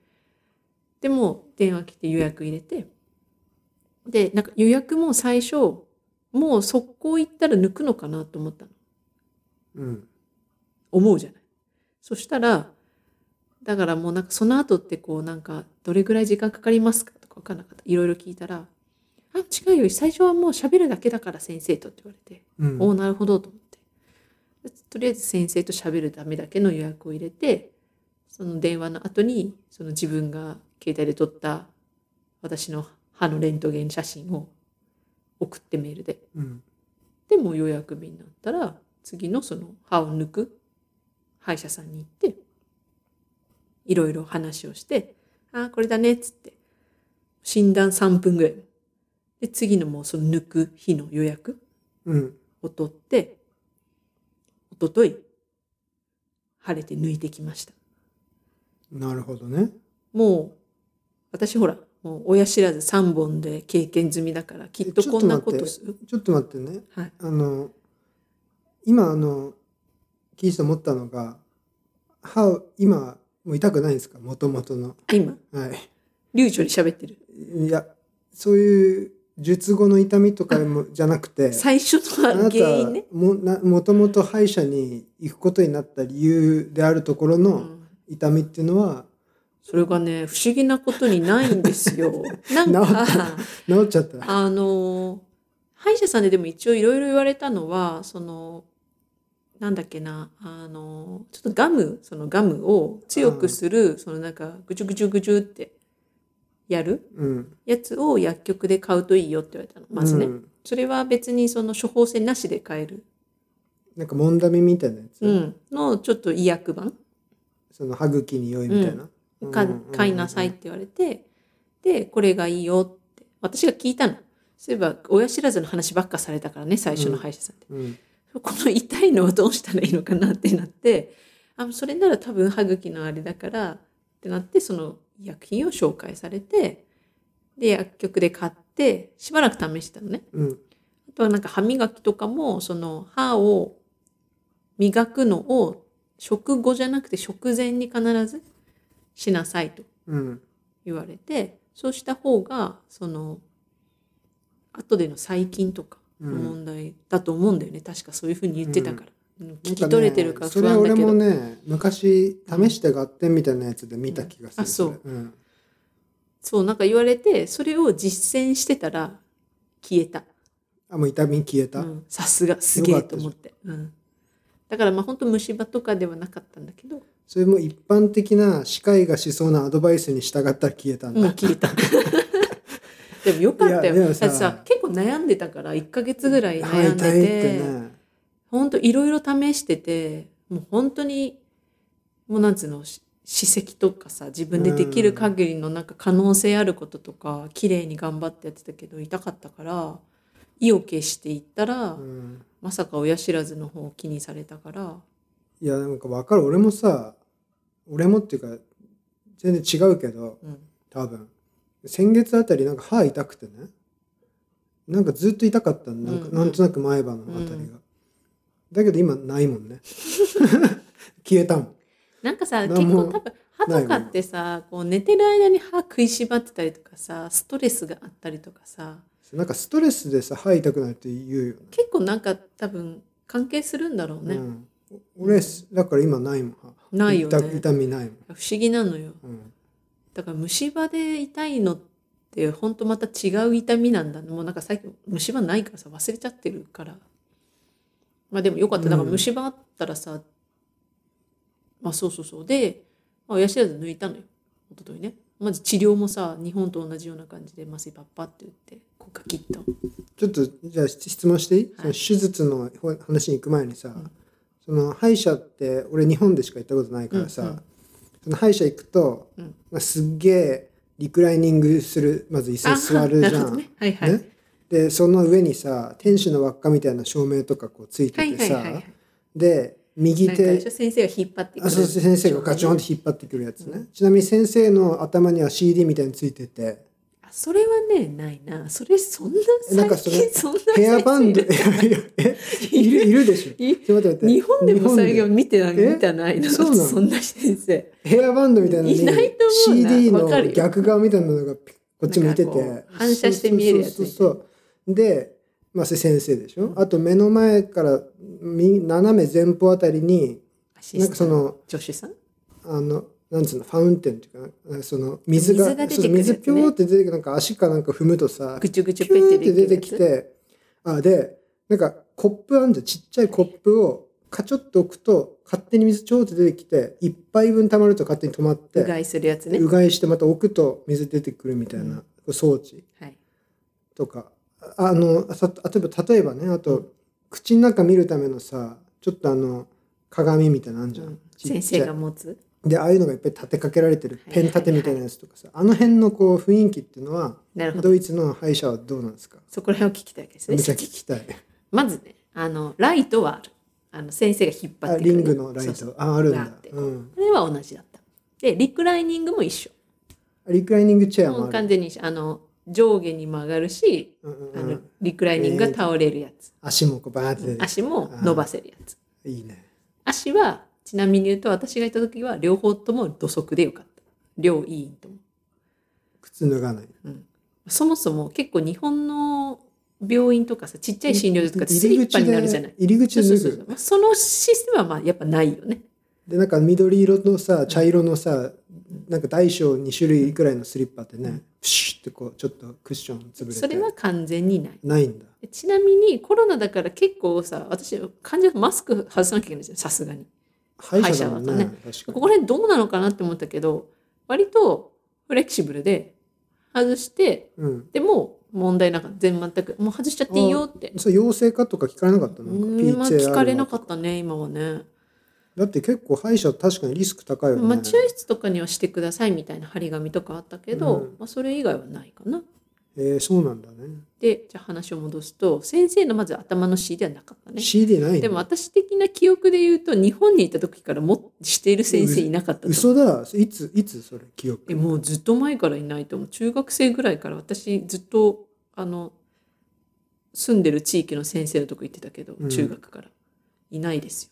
[SPEAKER 1] でも電話来て予約入れてでなんか予約も最初もう速攻行ったら抜くのかなと思ったの
[SPEAKER 2] うん
[SPEAKER 1] 思うじゃない。そしたらだからもうなんかその後ってこうなんかどれぐらい時間かかりますかとか分からなかったいろいろ聞いたら「あ違うよ最初はもう喋るだけだから先生と」って言われて
[SPEAKER 2] うん
[SPEAKER 1] おおなるほどと思ってでとりあえず先生と喋るためだけの予約を入れてその電話の後にその自分が携帯で撮った私の歯のレントゲン写真を送ってメールで
[SPEAKER 2] うん
[SPEAKER 1] でもう予約日になったら次のその歯を抜く歯医者さんに行っていろいろ話をして「ああこれだね」っつって診断3分ぐらいで次のもうその抜く日の予約
[SPEAKER 2] うん
[SPEAKER 1] を取って、一昨日晴れて抜いてきました。
[SPEAKER 2] なるほどね
[SPEAKER 1] もう、私ほら、もう親知らず3本で経験済みだから、きっと
[SPEAKER 2] えちょっ
[SPEAKER 1] ことん
[SPEAKER 2] 待
[SPEAKER 1] な
[SPEAKER 2] って
[SPEAKER 1] ことする。
[SPEAKER 2] ちょっと待ってね
[SPEAKER 1] はい。
[SPEAKER 2] あの今あの聞いてて思ったのが歯今もう痛くないんですかもともとの
[SPEAKER 1] あ今、
[SPEAKER 2] はい
[SPEAKER 1] 流暢に喋ってる。
[SPEAKER 2] いやそういう術後の痛みとかもじゃなくて
[SPEAKER 1] 最初の
[SPEAKER 2] あな
[SPEAKER 1] は
[SPEAKER 2] た
[SPEAKER 1] 原因ね。
[SPEAKER 2] もなもともと歯医者に行くことになった理由であるところ
[SPEAKER 1] う
[SPEAKER 2] の
[SPEAKER 1] ん
[SPEAKER 2] 痛みっていうのは
[SPEAKER 1] それがね、不思議なことにないんですよ。なん
[SPEAKER 2] 治っ
[SPEAKER 1] か、
[SPEAKER 2] 治っちゃった。
[SPEAKER 1] あの、歯医者さんででも一応いろいろ言われたのは、その、なんだっけな、あの、ちょっとガム、そのガムを強くする、そのなんか、ぐちゅぐちゅぐちゅってやる
[SPEAKER 2] うん、
[SPEAKER 1] やつを薬局で買うといいよって言われたの、まずね。
[SPEAKER 2] うん
[SPEAKER 1] それは別にその処方箋なしで買える、
[SPEAKER 2] なんかもんだみみたいなやつ、
[SPEAKER 1] うん、のちょっと医薬版
[SPEAKER 2] その歯茎に良いみたいな。
[SPEAKER 1] か
[SPEAKER 2] うんうんうんうん
[SPEAKER 1] 買いなさいって言われて、で、これがいいよって、私が聞いたの。そういえば、親知らずの話ばっかされたからね、最初の歯医者さんで。
[SPEAKER 2] うん
[SPEAKER 1] この痛いのはどうしたらいいのかなってなってあそれなら多分歯茎のあれだからってなってその医薬品を紹介されてで薬局で買ってしばらく試したのね
[SPEAKER 2] うん
[SPEAKER 1] あとはなんか歯磨きとかもその歯を磨くのを食後じゃなくて食前に必ずしなさいと
[SPEAKER 2] うん
[SPEAKER 1] 言われてそうした方がその後での細菌とかの問題だと思うんだよね、確かそういうふうに言ってたから、うん聞き取れてるか
[SPEAKER 2] なんね
[SPEAKER 1] 不安だけ
[SPEAKER 2] そ
[SPEAKER 1] ど、
[SPEAKER 2] れ俺もね昔試して合点みたいなやつで見た気がす
[SPEAKER 1] う
[SPEAKER 2] る、
[SPEAKER 1] んあそう
[SPEAKER 2] れうん
[SPEAKER 1] そうなんか言われてそれを実践してたら消えた
[SPEAKER 2] あもう痛み消えた、
[SPEAKER 1] うんさすがすげえと思ってうん、だからまあ本当虫歯とかではなかったんだけど
[SPEAKER 2] それも一般的な歯科医がしそうなアドバイスに従ったら消えたんだ、
[SPEAKER 1] もう消え たでもよかったよ
[SPEAKER 2] いやで
[SPEAKER 1] だ
[SPEAKER 2] も
[SPEAKER 1] って
[SPEAKER 2] さ
[SPEAKER 1] さ結構悩んでたから1ヶ月ぐらい
[SPEAKER 2] 歯痛
[SPEAKER 1] 悩
[SPEAKER 2] い
[SPEAKER 1] ん
[SPEAKER 2] っ
[SPEAKER 1] でて、
[SPEAKER 2] てね
[SPEAKER 1] 本当いろいろ試しててもう本当にもうなんつうのし歯石とかさ自分でできる限りのなんか可能性あることとか綺麗に頑張ってやってたけど痛かったから意を決していったら、
[SPEAKER 2] うん
[SPEAKER 1] まさか親知らずの方を気にされたから
[SPEAKER 2] いやなんか分かる俺もさ俺もっていうか全然違うけど
[SPEAKER 1] うん
[SPEAKER 2] 多分先月あたりなんか歯痛くてねなんかずっと痛かったのなんか
[SPEAKER 1] うんうん
[SPEAKER 2] なんとなく前歯のあたりが、だけど今ないも んね消えたもん
[SPEAKER 1] なんかさ
[SPEAKER 2] なん
[SPEAKER 1] 結構
[SPEAKER 2] も
[SPEAKER 1] 多分歯とかってさこう寝てる間に歯食いしばってたりとかさストレスがあったりとかさ
[SPEAKER 2] なんかストレスでさ歯痛くなるって言うよ
[SPEAKER 1] 結構なんか多分関係するんだろうね、
[SPEAKER 2] ねうん、俺だから今ないもん歯
[SPEAKER 1] ないよね
[SPEAKER 2] 痛痛みないもん、
[SPEAKER 1] 不思議なのよ
[SPEAKER 2] うん、
[SPEAKER 1] だから虫歯で痛いのってほんとまた違う痛みなんだもうなんか最近虫歯ないからさ忘れちゃってるからまあでもよかっただから虫歯あったらさ、まあそうそうそうで、まあ、親知らず抜いたのよ一昨日ねまず治療もさ日本と同じような感じで麻酔パッパって打ってこうガキッと
[SPEAKER 2] ちょっとじゃあ質問していい、
[SPEAKER 1] はい
[SPEAKER 2] その手術のほ話に行く前にさ、その歯医者って俺日本でしか行ったことないからさ、
[SPEAKER 1] うんうん
[SPEAKER 2] その歯医者行くと、
[SPEAKER 1] うん
[SPEAKER 2] まあ、すっげえリクライニングするまず椅子に座るじゃ
[SPEAKER 1] あなほど
[SPEAKER 2] ん。
[SPEAKER 1] ねはいはい、
[SPEAKER 2] ねでその上にさ天使の輪っかみたいな照明とかこうつい
[SPEAKER 1] は
[SPEAKER 2] て
[SPEAKER 1] い
[SPEAKER 2] て
[SPEAKER 1] はい
[SPEAKER 2] さ、
[SPEAKER 1] はいはい
[SPEAKER 2] で右
[SPEAKER 1] なんかあれで
[SPEAKER 2] 手
[SPEAKER 1] しょ先生が引っ張ってく
[SPEAKER 2] あそうそう先生がガチョンって引っ張ってくるやつね、ちなみに先生の頭には CD みたいについてて
[SPEAKER 1] あそれはねないなそれそんな
[SPEAKER 2] えなんかそ
[SPEAKER 1] 最
[SPEAKER 2] れ
[SPEAKER 1] 近そんな
[SPEAKER 2] ヘアバンドい
[SPEAKER 1] 先生
[SPEAKER 2] やいやえいるいるでしょ
[SPEAKER 1] い
[SPEAKER 2] ちょっと待って待って
[SPEAKER 1] 日本でも最近見てない
[SPEAKER 2] え
[SPEAKER 1] 見てないの
[SPEAKER 2] そうな
[SPEAKER 1] そ
[SPEAKER 2] の
[SPEAKER 1] んな先生
[SPEAKER 2] ヘアバンドみたいなのに
[SPEAKER 1] いないと思うな
[SPEAKER 2] CD
[SPEAKER 1] わかる
[SPEAKER 2] の
[SPEAKER 1] よ
[SPEAKER 2] 逆側みたいなのがピこっち向いて
[SPEAKER 1] なんかこ
[SPEAKER 2] て
[SPEAKER 1] う反射して見えるやつ
[SPEAKER 2] そうそうそうそうで、まあ、それ先生でしょ、あと目の前からみ斜め前方あたりに
[SPEAKER 1] アシスタント
[SPEAKER 2] なんかその
[SPEAKER 1] 助手さん
[SPEAKER 2] あのなんつうのファウンテンっていうかなその水が
[SPEAKER 1] 水が出てくるやつね
[SPEAKER 2] そう水ピョーって出てくるなんか足かなんか踏むとさ
[SPEAKER 1] ぐちゅぐち
[SPEAKER 2] ピ
[SPEAKER 1] ゅペ
[SPEAKER 2] ュー
[SPEAKER 1] ッ
[SPEAKER 2] ってて
[SPEAKER 1] で
[SPEAKER 2] 出
[SPEAKER 1] きる
[SPEAKER 2] て
[SPEAKER 1] やつ
[SPEAKER 2] きてあでなんかコップあんじゃんちっちゃいコップをカチョッと置くと勝手に水ちょーって出てきて一杯分溜まると勝手に止まって
[SPEAKER 1] うがいするやつね
[SPEAKER 2] うがいしてまた置くと水出てくるみたいな装置
[SPEAKER 1] はい
[SPEAKER 2] とか、ああのさ例えば例えばねあと口の中見るためのさちょっとあの鏡みたいなのあんじゃん、
[SPEAKER 1] うん
[SPEAKER 2] ちっちゃい
[SPEAKER 1] 先生が持つ
[SPEAKER 2] でああいうのがいっぱい立てかけられてる
[SPEAKER 1] はい
[SPEAKER 2] ペン立てみたいなやつとかさ、あの辺のこう雰囲気っていうのは
[SPEAKER 1] なるほど
[SPEAKER 2] ドイツの歯医者はどうなんですか
[SPEAKER 1] そこら辺を聞きたいわけです
[SPEAKER 2] め
[SPEAKER 1] ね
[SPEAKER 2] ちゃ聞きたい
[SPEAKER 1] まずねあのライトはあるあの先生が引っ張
[SPEAKER 2] あ
[SPEAKER 1] ってくる
[SPEAKER 2] リングのライ
[SPEAKER 1] そう
[SPEAKER 2] ト
[SPEAKER 1] そう
[SPEAKER 2] ああるん
[SPEAKER 1] ガー
[SPEAKER 2] だ
[SPEAKER 1] って、こう
[SPEAKER 2] うん、
[SPEAKER 1] あれは同じだったでリクライニングも一緒
[SPEAKER 2] リクライニングチェア
[SPEAKER 1] も
[SPEAKER 2] も
[SPEAKER 1] う
[SPEAKER 2] あ
[SPEAKER 1] 完
[SPEAKER 2] る
[SPEAKER 1] 全に一緒あの上下に曲がるし
[SPEAKER 2] うんうん
[SPEAKER 1] あ
[SPEAKER 2] う
[SPEAKER 1] の
[SPEAKER 2] ん、
[SPEAKER 1] リクライニングが倒れるやつ、
[SPEAKER 2] 足もこうバーって出てきて
[SPEAKER 1] 足も伸ばせるやつ
[SPEAKER 2] いいね
[SPEAKER 1] 足はちなみに言うと私がいた時は両方とも土足でよかった両いいとも
[SPEAKER 2] 靴脱がない
[SPEAKER 1] そもそも結構日本の病院とかさちっちゃい診療所とかってスリッパになるじゃない
[SPEAKER 2] 入り口
[SPEAKER 1] そう
[SPEAKER 2] で
[SPEAKER 1] そ
[SPEAKER 2] 脱
[SPEAKER 1] う
[SPEAKER 2] ぐ
[SPEAKER 1] そうそうそのシステムはまあやっぱないよね
[SPEAKER 2] でなんか緑色のさ茶色のさなんか大小2種類ぐらいのスリッパってね、プシュってこうちょっとクッション潰れて
[SPEAKER 1] それは完全にない
[SPEAKER 2] ないんだ
[SPEAKER 1] ちなみにコロナだから結構さ私患者マスク外さなきゃいけないじゃんさすがに
[SPEAKER 2] 歯医者だもんね
[SPEAKER 1] 歯医者だ
[SPEAKER 2] 確か
[SPEAKER 1] こ
[SPEAKER 2] に
[SPEAKER 1] こら辺どうなのかなって思ったけど割とフレキシブルで外して
[SPEAKER 2] うん
[SPEAKER 1] でも問題なかった全全くもう外しちゃっていいよって
[SPEAKER 2] それ陽性かとか聞かれなかったのなんか
[SPEAKER 1] うんまあ
[SPEAKER 2] PCR
[SPEAKER 1] 聞かれなかったね今はね
[SPEAKER 2] だって結構歯医者確かにリスク高いよね、
[SPEAKER 1] まあ、注意室とかにはしてくださいみたいな張り紙とかあったけど、
[SPEAKER 2] うん
[SPEAKER 1] まあ、それ以外はないかな。
[SPEAKER 2] えー、そうなんだね
[SPEAKER 1] でじゃあ話を戻すと先生のまず頭の CD はなかったね。
[SPEAKER 2] CD ないんだ
[SPEAKER 1] でも私的な記憶で言うと日本にいた時からもしている先生いなかったと
[SPEAKER 2] 嘘だいついつそれ記憶
[SPEAKER 1] えもうずっと前からいないと思う中学生ぐらいから私ずっとあの住んでる地域の先生のとこ行ってたけど
[SPEAKER 2] うん
[SPEAKER 1] 中学から、いないです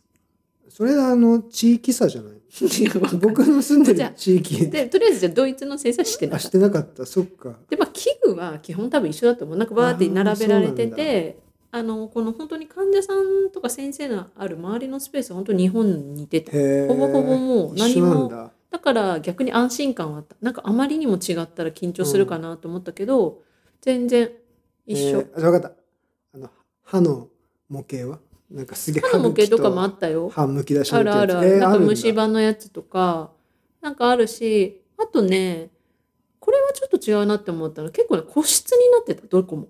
[SPEAKER 2] それあの地域差じゃない
[SPEAKER 1] よ。 いやわかんない
[SPEAKER 2] 僕の住んで
[SPEAKER 1] じゃあ
[SPEAKER 2] る地域
[SPEAKER 1] でとりあえずじゃあドイツの先生はしてな
[SPEAKER 2] あ
[SPEAKER 1] かっ。
[SPEAKER 2] したてなかったそっか
[SPEAKER 1] でまあ器具は基本多分一緒だと思うなんかバーって並べられて
[SPEAKER 2] あーそう
[SPEAKER 1] てあのこの本当に患者さんとか先生のある周りのスペースは本当に日本に似てて
[SPEAKER 2] へえ
[SPEAKER 1] ほぼほぼもう何
[SPEAKER 2] 一緒なん
[SPEAKER 1] もだ
[SPEAKER 2] だ
[SPEAKER 1] から逆に安心感はあったなんかあまりにも違ったら緊張するかなと思ったけど、全然一緒、
[SPEAKER 2] えー、分かったあの歯の模型はなんかすげえ
[SPEAKER 1] 歯の模型とかもあ
[SPEAKER 2] っ
[SPEAKER 1] ったよ
[SPEAKER 2] 歯むき出し
[SPEAKER 1] あるあるある、
[SPEAKER 2] えー
[SPEAKER 1] なん
[SPEAKER 2] あ
[SPEAKER 1] か
[SPEAKER 2] るんだ
[SPEAKER 1] 虫歯のやつとかなんかあるしあとねこれはちょっと違うなって思ったの結構ね個室になってたどこも。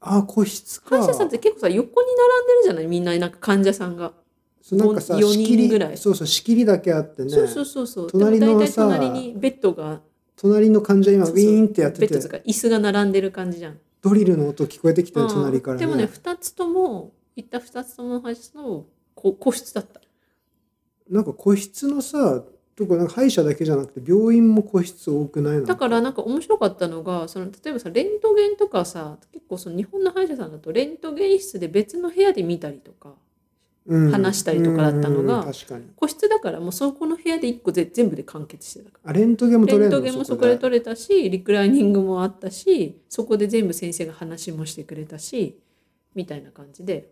[SPEAKER 2] あ個室か
[SPEAKER 1] 歯医者さんって結構さ横に並んでるじゃないみんななんか患者さんが、
[SPEAKER 2] そうなんかさ
[SPEAKER 1] 四人
[SPEAKER 2] 仕切り
[SPEAKER 1] ぐらい
[SPEAKER 2] そうそう仕切りだけあってね
[SPEAKER 1] そうそうそうそう
[SPEAKER 2] 隣の
[SPEAKER 1] でも大体
[SPEAKER 2] さ
[SPEAKER 1] 隣にベッドが
[SPEAKER 2] 隣の患者今
[SPEAKER 1] そう
[SPEAKER 2] ウィーンってやって
[SPEAKER 1] ベッドと
[SPEAKER 2] て
[SPEAKER 1] か椅子が並んでる感じじゃん、
[SPEAKER 2] ドリルの音聞こえてきて
[SPEAKER 1] うん
[SPEAKER 2] る隣から、ね
[SPEAKER 1] でもね2つとも行った2つともの歯医者さんの個個室だった
[SPEAKER 2] なんか個室のさとかなんか歯医者だけじゃなくて病院も個室多くないの
[SPEAKER 1] だからなんか面白かったのがその例えばさレントゲンとかさ結構その日本の歯医者さんだとレントゲン室で別の部屋で見たりとか
[SPEAKER 2] うん
[SPEAKER 1] 話したりとかだったのが
[SPEAKER 2] うん確かに
[SPEAKER 1] 個室だからもうそこの部屋で1個ぜ全部で完結してたか
[SPEAKER 2] あレントゲンも
[SPEAKER 1] ら
[SPEAKER 2] 取
[SPEAKER 1] レ
[SPEAKER 2] れ
[SPEAKER 1] ン
[SPEAKER 2] る
[SPEAKER 1] ト
[SPEAKER 2] の
[SPEAKER 1] ゲンもそこで取れたしリクライニングもあったしそこで全部先生が話もしてくれたしみたいな感じで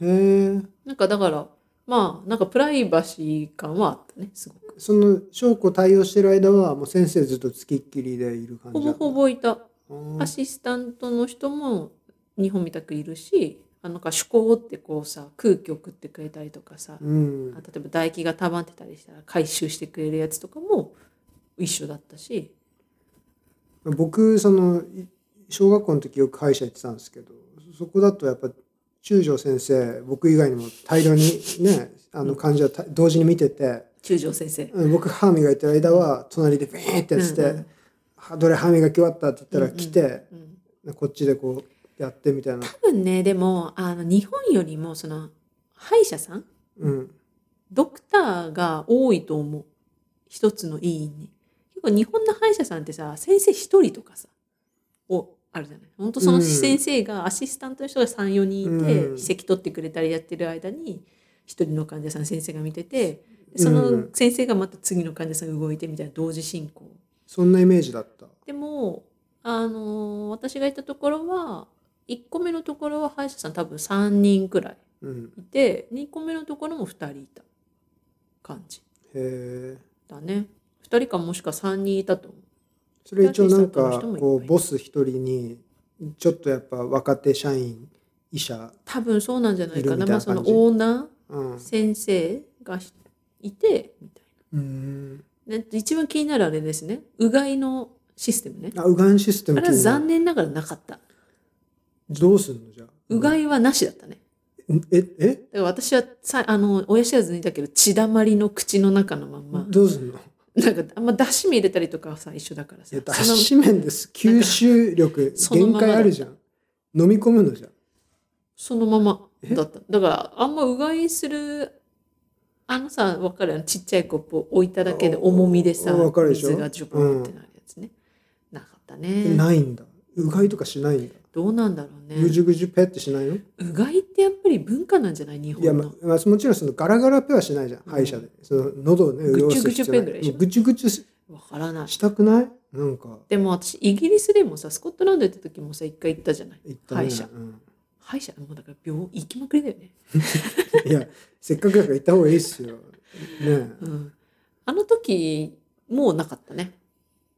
[SPEAKER 2] へえ
[SPEAKER 1] なんかだからまあなんかプライバシー感はあったねすごく
[SPEAKER 2] その証拠対応してる間はもう先生ずっとつきっきりでいる感
[SPEAKER 1] ほ
[SPEAKER 2] じ
[SPEAKER 1] ぼほぼいた
[SPEAKER 2] ぼ
[SPEAKER 1] アシスタントの人も日本みたくいるしあのなんか趣向ってこうさ空気を送ってくれたりとかさ、
[SPEAKER 2] うん
[SPEAKER 1] あ例えば唾液が溜まってたりしたら回収してくれるやつとかも一緒だったし
[SPEAKER 2] 僕そのい小学校の時よく歯医者行ってたんですけどそこだとやっぱ中条先生僕以外にも大量にねあの患者た同時に見てて
[SPEAKER 1] 中条先生。
[SPEAKER 2] うん僕歯磨いてる間は隣でビーンってやってて
[SPEAKER 1] うんうん
[SPEAKER 2] はどれ歯磨き終わったって言った
[SPEAKER 1] うん
[SPEAKER 2] ら
[SPEAKER 1] うん
[SPEAKER 2] 来て、
[SPEAKER 1] うん
[SPEAKER 2] こっちでこうやってみたいな、
[SPEAKER 1] 多分ねでもあの日本よりもその歯医者さん
[SPEAKER 2] うん、
[SPEAKER 1] ドクターが多いと思う一つの医院に結構日本の歯医者さんってさ先生一人とかさおあるじゃない本当その
[SPEAKER 2] うん
[SPEAKER 1] 先生が、アシスタントの人が34人い
[SPEAKER 2] うん
[SPEAKER 1] て席取ってくれたりやってる間に一人の患者さん先生が見ててでその先生がまた次の患者さん動いてみたいな同時進行
[SPEAKER 2] そんなイメージだった
[SPEAKER 1] でも、あのー私が行ったところは1個目のところは歯医者さん多分3人くらい
[SPEAKER 2] うん
[SPEAKER 1] いて2個目のところも2人いた感じ
[SPEAKER 2] へえ
[SPEAKER 1] だね2人かもしくは3人いたと思う
[SPEAKER 2] それ一応なん
[SPEAKER 1] アシスタントの
[SPEAKER 2] か
[SPEAKER 1] 人もいっぱい
[SPEAKER 2] こうボス一人にちょっとやっぱ若手社員医者、
[SPEAKER 1] 多分そうなんじゃないか
[SPEAKER 2] いるみ
[SPEAKER 1] な
[SPEAKER 2] たいな
[SPEAKER 1] まあ、その
[SPEAKER 2] 感じ
[SPEAKER 1] オーナ
[SPEAKER 2] うん
[SPEAKER 1] ー、先生がひいてみたい
[SPEAKER 2] うん
[SPEAKER 1] なで一番気になるあれですねうがいのシステムね
[SPEAKER 2] あうがんシステ
[SPEAKER 1] あ
[SPEAKER 2] ム
[SPEAKER 1] れは残念ながらなかった
[SPEAKER 2] どうすんのじゃあ
[SPEAKER 1] うが
[SPEAKER 2] い
[SPEAKER 1] いはなしだったね
[SPEAKER 2] ええ
[SPEAKER 1] だから私はさあの親知らずにいたけど血だまりの口の中のまんま
[SPEAKER 2] どうすんの
[SPEAKER 1] なんかあんま出汁も入れたりとかはさ一緒だから
[SPEAKER 2] い
[SPEAKER 1] さ
[SPEAKER 2] や脱
[SPEAKER 1] その
[SPEAKER 2] 脂麺です吸収力
[SPEAKER 1] そのま
[SPEAKER 2] 限
[SPEAKER 1] まだ
[SPEAKER 2] 界あるじゃん飲み込むのじゃん
[SPEAKER 1] そのまま
[SPEAKER 2] え
[SPEAKER 1] だっただからあんまうがいするあのさ分かるあのちっちゃいコップを置いただけで重みでさ
[SPEAKER 2] おわかるでしょ
[SPEAKER 1] 水がジョボンってなるやつね、なかったね
[SPEAKER 2] ないんだうがいとかしないんだ
[SPEAKER 1] どうなんだろうね
[SPEAKER 2] ぐじゅぐじゅペってしないの
[SPEAKER 1] うがいってやっぱり文化なんじゃない日
[SPEAKER 2] いや
[SPEAKER 1] 本
[SPEAKER 2] ま
[SPEAKER 1] の
[SPEAKER 2] まあもちろんそのガラガラペはしないじゃん
[SPEAKER 1] うん
[SPEAKER 2] 歯医者でその喉をね
[SPEAKER 1] ぐ
[SPEAKER 2] 潤
[SPEAKER 1] ちゅ
[SPEAKER 2] す
[SPEAKER 1] ぐちゅ
[SPEAKER 2] 必要
[SPEAKER 1] ペンぐらい
[SPEAKER 2] な
[SPEAKER 1] でしょ
[SPEAKER 2] いぐちゅぐちゅし
[SPEAKER 1] 分からない
[SPEAKER 2] したくないなんか
[SPEAKER 1] でも私イギリスでもさスコットランド行った時もさ一回行ったじゃない
[SPEAKER 2] 言ったね
[SPEAKER 1] 歯医者
[SPEAKER 2] うん
[SPEAKER 1] 歯医者もうだから病院行きまくりだよね
[SPEAKER 2] いやせっかくだから行った方がいいっすよねえ
[SPEAKER 1] うんあの時もうなかったね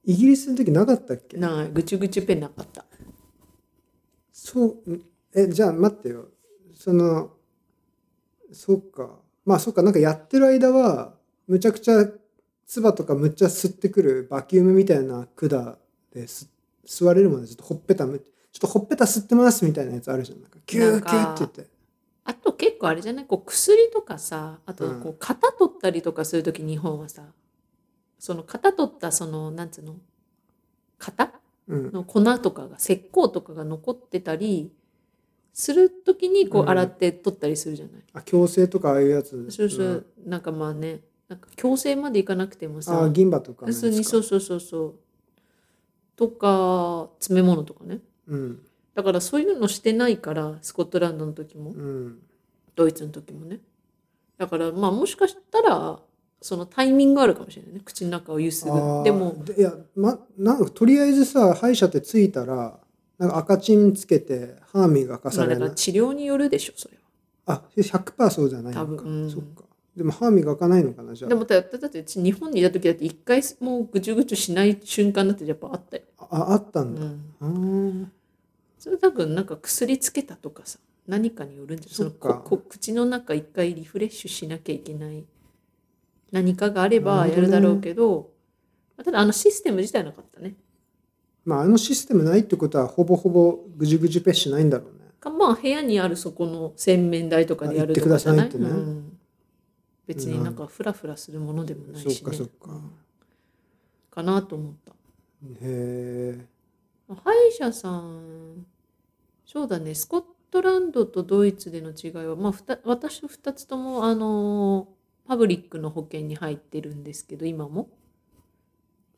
[SPEAKER 2] イギリスの時なかったっけ
[SPEAKER 1] ないぐちゅぐちゅペンなかった
[SPEAKER 2] そうんえじゃあ待ってよそのそっかまあそっかなんかやってる間はむちゃくちゃ唾とかむっちゃ吸ってくるバキュームみたいな管です吸われるまでちょっとほっぺたむちょっとほっぺた吸ってますみたいなやつあるじゃんなんかキュ
[SPEAKER 1] なん
[SPEAKER 2] ーキ
[SPEAKER 1] か
[SPEAKER 2] ューって言って
[SPEAKER 1] あと結構あれじゃないこう薬とかさあとこ
[SPEAKER 2] う
[SPEAKER 1] う型取ったりとかするとき日本はさその型取ったそのなんつうの型
[SPEAKER 2] うん
[SPEAKER 1] の粉とかが石膏とかが残ってたりするときにこ
[SPEAKER 2] う
[SPEAKER 1] うん洗って取ったりするじゃない、
[SPEAKER 2] あ矯正とかああいうやつ
[SPEAKER 1] そうそう、なんかまあねなんか矯正までいかなくても
[SPEAKER 2] うんあ
[SPEAKER 1] さ
[SPEAKER 2] 銀歯とか
[SPEAKER 1] 普
[SPEAKER 2] のやつ
[SPEAKER 1] 通
[SPEAKER 2] か
[SPEAKER 1] にそうそうそうそうとか詰め物とかね
[SPEAKER 2] うん
[SPEAKER 1] だからそういうのしてないからスコットランドの時も
[SPEAKER 2] うん
[SPEAKER 1] ドイツの時もねだからまあもしかしたらそのタイミングあるかもしれないね口の中をゆすぐ
[SPEAKER 2] あー
[SPEAKER 1] でも
[SPEAKER 2] いや、ま、なんかとりあえずさ歯医者ってついたらなんか赤チンつけて歯磨か
[SPEAKER 1] ま
[SPEAKER 2] さ
[SPEAKER 1] あ
[SPEAKER 2] れ
[SPEAKER 1] だ
[SPEAKER 2] る
[SPEAKER 1] から治療によるでしょそれは
[SPEAKER 2] あ100%そうじゃないのか
[SPEAKER 1] 多分うん
[SPEAKER 2] そっかでも歯磨かないのかなじゃあ
[SPEAKER 1] でもだってだって日本にいた時だって一回もうぐちゅぐちゅしない瞬間だってやっぱあったよ、
[SPEAKER 2] ああった
[SPEAKER 1] うん
[SPEAKER 2] だ、
[SPEAKER 1] ん、
[SPEAKER 2] うーん、
[SPEAKER 1] それ多分なんか薬つけたとかさ何かによるんじゃない
[SPEAKER 2] そっか
[SPEAKER 1] のここ口の中一回リフレッシュしなきゃいけない何かがあれば
[SPEAKER 2] なる
[SPEAKER 1] や
[SPEAKER 2] ほど
[SPEAKER 1] るだ
[SPEAKER 2] ね
[SPEAKER 1] ろうけどまあただあのシステム自体なかったね
[SPEAKER 2] まああのシステムないってことはほぼほぼぐじゅぐじゅペッしないんだろうね
[SPEAKER 1] かまあ部屋にあるそこの洗面台とかでやるとかじゃない
[SPEAKER 2] あ行ってくださいって
[SPEAKER 1] う
[SPEAKER 2] ね
[SPEAKER 1] ん別になんかフラフラするものでもないし、
[SPEAKER 2] そ
[SPEAKER 1] ね
[SPEAKER 2] っかそっか
[SPEAKER 1] かなと思った
[SPEAKER 2] へえ
[SPEAKER 1] まあ歯医者さんそうだねスコットランドとドイツでの違いは、まあ、ふた私と2つともあのーパブリックの保険に入ってるんですけど今も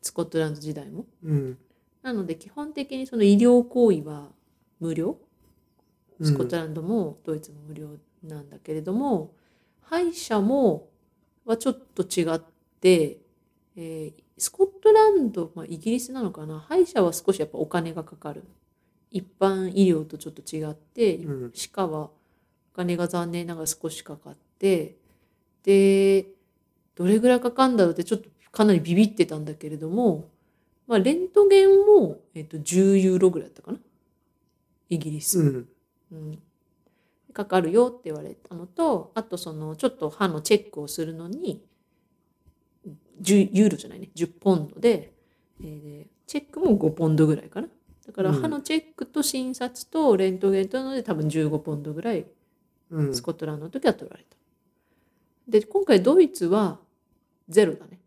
[SPEAKER 1] スコットランド時代も
[SPEAKER 2] うん。
[SPEAKER 1] なので基本的にその医療行為は無料
[SPEAKER 2] うん
[SPEAKER 1] スコットランドもドイツも無料なんだけれども、歯医者もはちょっと違って、えースコットランド、まあ、イギリスなのかな歯医者は少しやっぱお金がかかる一般医療とちょっと違って、
[SPEAKER 2] うん
[SPEAKER 1] 歯科はお金が残念ながら少しかかってでどれぐらいかかんだろうってちょっとかなりビビってたんだけれども、まあ、レントゲンも、えっと10ユーロぐらいだったかなイギリス。
[SPEAKER 2] うん。
[SPEAKER 1] うん、かかるよって言われたのとあとそのちょっと歯のチェックをするのに10ユーロじゃないね10ポンドで、えーチェックも5ポンドぐらいかなだから
[SPEAKER 2] うん
[SPEAKER 1] 歯のチェックと診察とレントゲンというので多分15ポンドぐらい
[SPEAKER 2] うん
[SPEAKER 1] スコットランドの時は取られた、で今回ドイツはゼロだね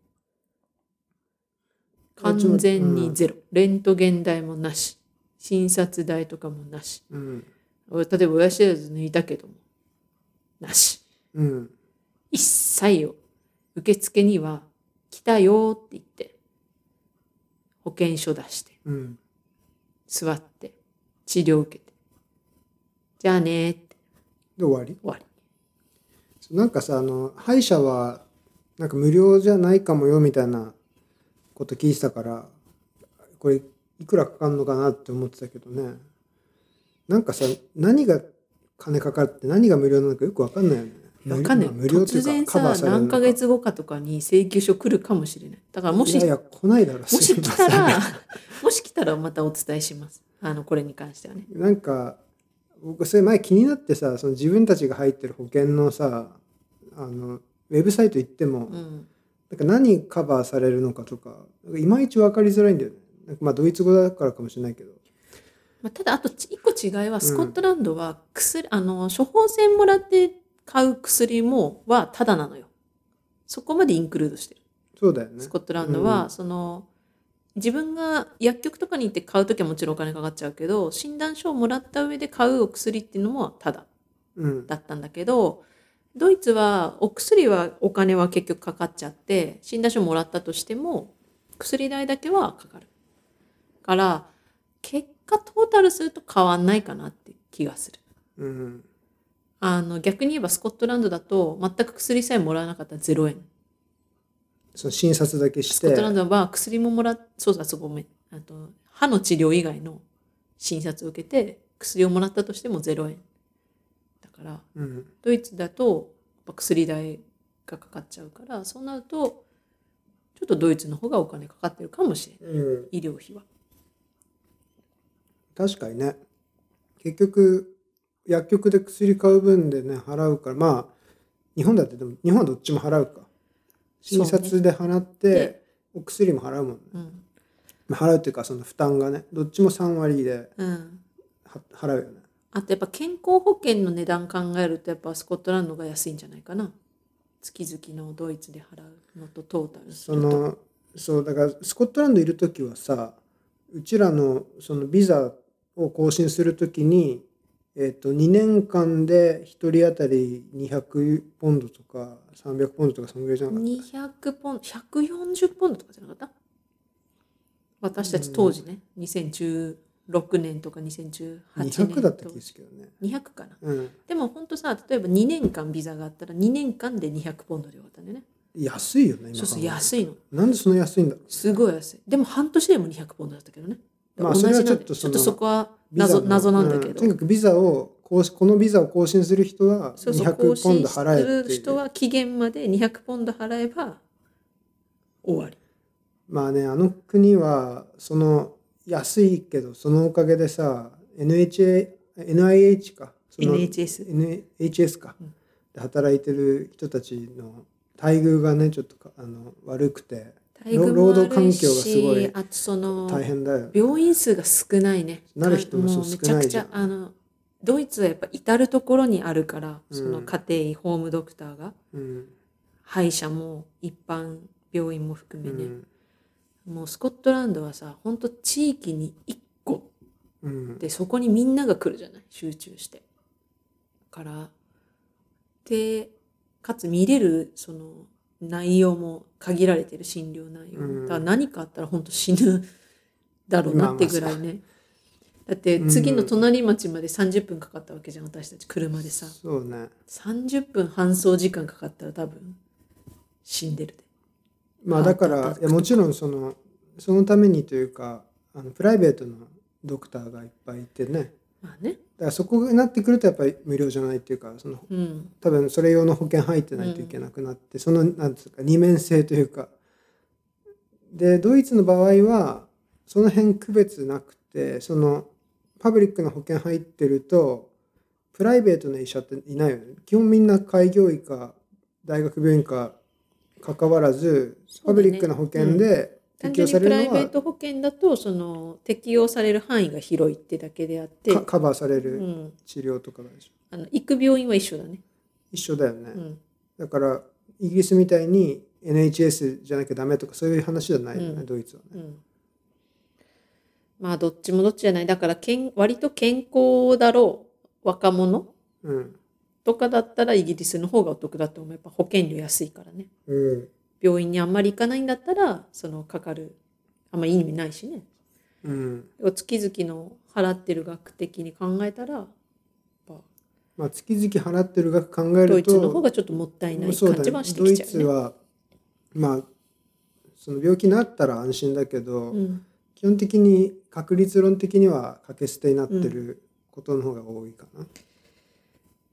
[SPEAKER 1] 完全にゼロ、レントゲン代もなし診察代とかもなし
[SPEAKER 2] うん。
[SPEAKER 1] 例えば親知らず抜いたけどもなし
[SPEAKER 2] うん。
[SPEAKER 1] 一切を受付には来たよって言って保険証出して
[SPEAKER 2] うん。
[SPEAKER 1] 座って治療受けてじゃあねーって
[SPEAKER 2] で、終わり
[SPEAKER 1] 終わり
[SPEAKER 2] なんかさ、あの、歯医者は、なんか無料じゃないかもよみたいなこと聞いてたから、これ、いくらかかるのかなって思ってたけどね。なんかさ、何が金かかって何が無料なのかよくわかんないよね。
[SPEAKER 1] わかんない
[SPEAKER 2] 無料って
[SPEAKER 1] 突
[SPEAKER 2] い
[SPEAKER 1] 然
[SPEAKER 2] うか、カバ
[SPEAKER 1] さ
[SPEAKER 2] ーされる
[SPEAKER 1] 何
[SPEAKER 2] のか。
[SPEAKER 1] ヶ月後かとかに請求書来るかもしれないだからもし
[SPEAKER 2] いやいや、来ないだろ、も
[SPEAKER 1] もし来たらもし来たらまたお伝えしますあのこれに関してはね
[SPEAKER 2] なんか僕それ前気になってさその自分たちが入ってる保険のさあのウェブサイト行っても、
[SPEAKER 1] うん
[SPEAKER 2] なんか何カバーされるのかとかなんかいまいち分かりづらいんだよねなんかまあドイツ語だからかもしれないけど
[SPEAKER 1] まあ、ただあとち一個違いはスコットランドは薬、あの処方箋もらって買う薬もはただなのよそこまでインクルードしてる、
[SPEAKER 2] そうだよね
[SPEAKER 1] スコットランドは、
[SPEAKER 2] うん
[SPEAKER 1] その自分が薬局とかに行って買う時はもちろんお金かかっちゃうけど診断書をもらった上で買うお薬っていうのもただ
[SPEAKER 2] うん
[SPEAKER 1] だったんだけどドイツはお薬はお金は結局かかっちゃって診断書もらったとしても薬代だけはかかるから結果トータルすると変わんないかなって気がする
[SPEAKER 2] うん
[SPEAKER 1] あの逆に言えばスコットランドだと全く薬さえもらわなかったら0円
[SPEAKER 2] その診察だけし
[SPEAKER 1] ス
[SPEAKER 2] て
[SPEAKER 1] コットランドは薬ももらそうだそうごめんあと歯の治療以外の診察を受けて薬をもらったとしても0円だから
[SPEAKER 2] うん
[SPEAKER 1] ドイツだとやっぱ薬代がかかっちゃうからそうなるとちょっとドイツの方がお金かかってるかもしれない
[SPEAKER 2] うん、
[SPEAKER 1] 医療費は。
[SPEAKER 2] 確かにね結局薬局で薬買う分でね払うからまあ日本だってでも日本はどっちも払うか診
[SPEAKER 1] そうね
[SPEAKER 2] 察で払って、
[SPEAKER 1] で
[SPEAKER 2] お薬も払うもんね
[SPEAKER 1] うん
[SPEAKER 2] まあ払うっていうかその負担がねどっちも3割で
[SPEAKER 1] うん、
[SPEAKER 2] は払うよね
[SPEAKER 1] あとやっぱ健康保険の値段考えるとやっぱスコットランドが安いんじゃないかな月々のドイツで払うのとトータルす
[SPEAKER 2] そ
[SPEAKER 1] ると
[SPEAKER 2] のそうだからスコットランドいる時はさうちらのそのビザを更新する時に、えっと2年間で1人当たり200ポンドとか300ポンドとかそのぐらいじゃなかった
[SPEAKER 1] 200ポンド140ポンドとかじゃなかった私たち当時ね、2016年とか2018年と
[SPEAKER 2] 200だった気ですけどね
[SPEAKER 1] 200かな
[SPEAKER 2] うん
[SPEAKER 1] でも本当さ例えば2年間ビザがあったら2年間で200ポンドで終わったんだよね
[SPEAKER 2] 安いよね今
[SPEAKER 1] そうそう
[SPEAKER 2] 考えたら
[SPEAKER 1] 安いの
[SPEAKER 2] なんでその安いんだろう
[SPEAKER 1] すごい安いでも半年でも200ポンドだったけどね
[SPEAKER 2] まあ
[SPEAKER 1] 同じなんで
[SPEAKER 2] それはちょっとその
[SPEAKER 1] そこは
[SPEAKER 2] ビザ
[SPEAKER 1] 謎
[SPEAKER 2] の
[SPEAKER 1] 謎なんだけ
[SPEAKER 2] う
[SPEAKER 1] ど、
[SPEAKER 2] とにかくビザを更新このビザを更新する人は
[SPEAKER 1] そうそう更
[SPEAKER 2] 200ポン
[SPEAKER 1] 新
[SPEAKER 2] ド
[SPEAKER 1] す
[SPEAKER 2] 払えっ
[SPEAKER 1] る
[SPEAKER 2] ていう
[SPEAKER 1] 人は期限まで200ポンド払えば終わり
[SPEAKER 2] まあねあの国はその安いけどそのおかげでさ NHA NIH かその
[SPEAKER 1] NHS
[SPEAKER 2] NHS か
[SPEAKER 1] うん
[SPEAKER 2] で働いてる人たちの待遇がねちょっとかあの悪くて
[SPEAKER 1] 待遇も
[SPEAKER 2] 労働環境がすごい
[SPEAKER 1] あるしあとその
[SPEAKER 2] 大変だよね
[SPEAKER 1] 病院数が少ないね。
[SPEAKER 2] なる人もそう
[SPEAKER 1] うめ
[SPEAKER 2] 少
[SPEAKER 1] ちゃ
[SPEAKER 2] な
[SPEAKER 1] く
[SPEAKER 2] いじ
[SPEAKER 1] ち
[SPEAKER 2] ゃん
[SPEAKER 1] ゃあのドイツはやっぱ至る所にあるから、
[SPEAKER 2] うん
[SPEAKER 1] その家庭医、ホームドクターが
[SPEAKER 2] うん
[SPEAKER 1] 歯医者も一般病院も含
[SPEAKER 2] う
[SPEAKER 1] めね、
[SPEAKER 2] ん
[SPEAKER 1] もうスコットランドはさ本当地域に1個
[SPEAKER 2] うん
[SPEAKER 1] でそこにみんなが来るじゃない集中して。だからでかつ見れるその内容も限られてる診療内容も、
[SPEAKER 2] うん
[SPEAKER 1] だから何かあったら本当死ぬだろうなってぐらいね、だって次の隣町まで30分かかったわけじゃん私たち車でさ
[SPEAKER 2] そうね
[SPEAKER 1] 30分搬送時間かかったら多分死んでるで
[SPEAKER 2] まあだか
[SPEAKER 1] ああっ
[SPEAKER 2] ら
[SPEAKER 1] た
[SPEAKER 2] いやもちろんそのそのためにというかあのプライベートのドクターがいっぱいいてね
[SPEAKER 1] まあね
[SPEAKER 2] だからそこになってくるとやっぱり無料じゃないっていうかその
[SPEAKER 1] うん
[SPEAKER 2] 多分それ用の保険入ってないといけなくなって、そのなんつうか二面性というかでドイツの場合はその辺区別なくてそのパブリックの保険入ってるとプライベートの医者っていないよね基本みんな開業医か大学病院か関わらず、
[SPEAKER 1] そ
[SPEAKER 2] パ
[SPEAKER 1] うだね
[SPEAKER 2] ブリックの保険で
[SPEAKER 1] 単
[SPEAKER 2] 適用
[SPEAKER 1] 純
[SPEAKER 2] さ
[SPEAKER 1] にプ
[SPEAKER 2] れ
[SPEAKER 1] ラ
[SPEAKER 2] る
[SPEAKER 1] イ
[SPEAKER 2] の
[SPEAKER 1] ベ
[SPEAKER 2] は
[SPEAKER 1] ー、ト保険だとその適用される範囲が広いってだけであって
[SPEAKER 2] かカバーされ
[SPEAKER 1] う
[SPEAKER 2] る
[SPEAKER 1] ん、
[SPEAKER 2] 治療とかがでしょ
[SPEAKER 1] あの行く病院は一緒だね、
[SPEAKER 2] 一緒だよね、
[SPEAKER 1] うん、
[SPEAKER 2] だからイギリスみたいに NHS じゃなきゃダメとかそういう話じゃないよね、
[SPEAKER 1] うん
[SPEAKER 2] ドイツはね。
[SPEAKER 1] うんまあどっちもどっちじゃないだからけん割と健康だろう若者
[SPEAKER 2] うん
[SPEAKER 1] とかだったらイギリスの方がお得だと思うやっぱ保険料安いからね
[SPEAKER 2] うん
[SPEAKER 1] 病院にあんまり行かないんだったらそのかかるあんまいい意味ないしね
[SPEAKER 2] うん
[SPEAKER 1] 月々の払ってる額的に考えたらやっぱ
[SPEAKER 2] まあ、月々払ってる額考
[SPEAKER 1] ド
[SPEAKER 2] える
[SPEAKER 1] イツ
[SPEAKER 2] と
[SPEAKER 1] の方がちょっともったいない
[SPEAKER 2] そう
[SPEAKER 1] 感
[SPEAKER 2] だ
[SPEAKER 1] じ
[SPEAKER 2] ね
[SPEAKER 1] はして
[SPEAKER 2] ド
[SPEAKER 1] き
[SPEAKER 2] イ
[SPEAKER 1] ちゃう
[SPEAKER 2] ツ
[SPEAKER 1] ね。
[SPEAKER 2] はまあその病気になったら安心だけど、
[SPEAKER 1] うん
[SPEAKER 2] 基本的に確率論的には掛け捨てになってることの方が多いかな。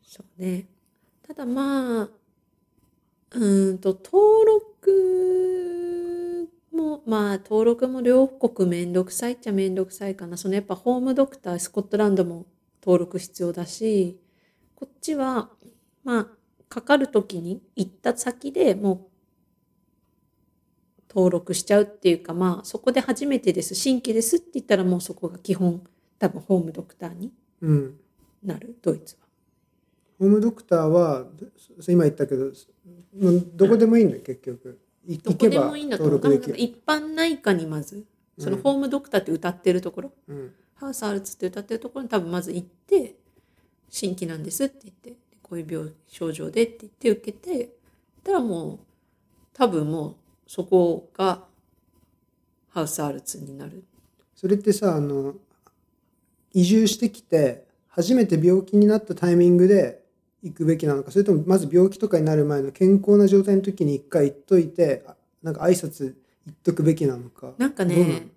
[SPEAKER 1] そうね。ただまあ、うーんと、登録も、まあ、登録も両国めんどくさいっちゃめんどくさいかな。そのやっぱホームドクター、スコットランドも登録必要だし、こっちは、まあ、かかるときに行った先でもう登録しちゃうっていうか、まあ、そこで初めてです、新規ですって言ったらもうそこが基本、多分ホームドクターに
[SPEAKER 2] うん、
[SPEAKER 1] なる、ドイツは。
[SPEAKER 2] ホームドクターはそ今言ったけどもうどこでもいいんだよ結局。い
[SPEAKER 1] ど
[SPEAKER 2] 行
[SPEAKER 1] こ
[SPEAKER 2] け
[SPEAKER 1] で
[SPEAKER 2] ば
[SPEAKER 1] もいいんだと
[SPEAKER 2] 登
[SPEAKER 1] 思う。
[SPEAKER 2] 録
[SPEAKER 1] な
[SPEAKER 2] で
[SPEAKER 1] ん
[SPEAKER 2] き
[SPEAKER 1] か
[SPEAKER 2] る。
[SPEAKER 1] 一般内科にまず、その
[SPEAKER 2] うん
[SPEAKER 1] ホームドクターって歌ってるところ、
[SPEAKER 2] うん
[SPEAKER 1] ハウスアルツって歌ってるところに多分まず行って、新規なんですって言って、こういう病症状でって言って受けて、たらもう、多分もうそこがハウスアルツになる。
[SPEAKER 2] それってさあの移住してきて初めて病気になったタイミングで行くべきなのかそれともまず病気とかになる前の健康な状態の時に一回行っといてあなんか挨拶行っとくべきなのか
[SPEAKER 1] なんか
[SPEAKER 2] どうなの
[SPEAKER 1] ね、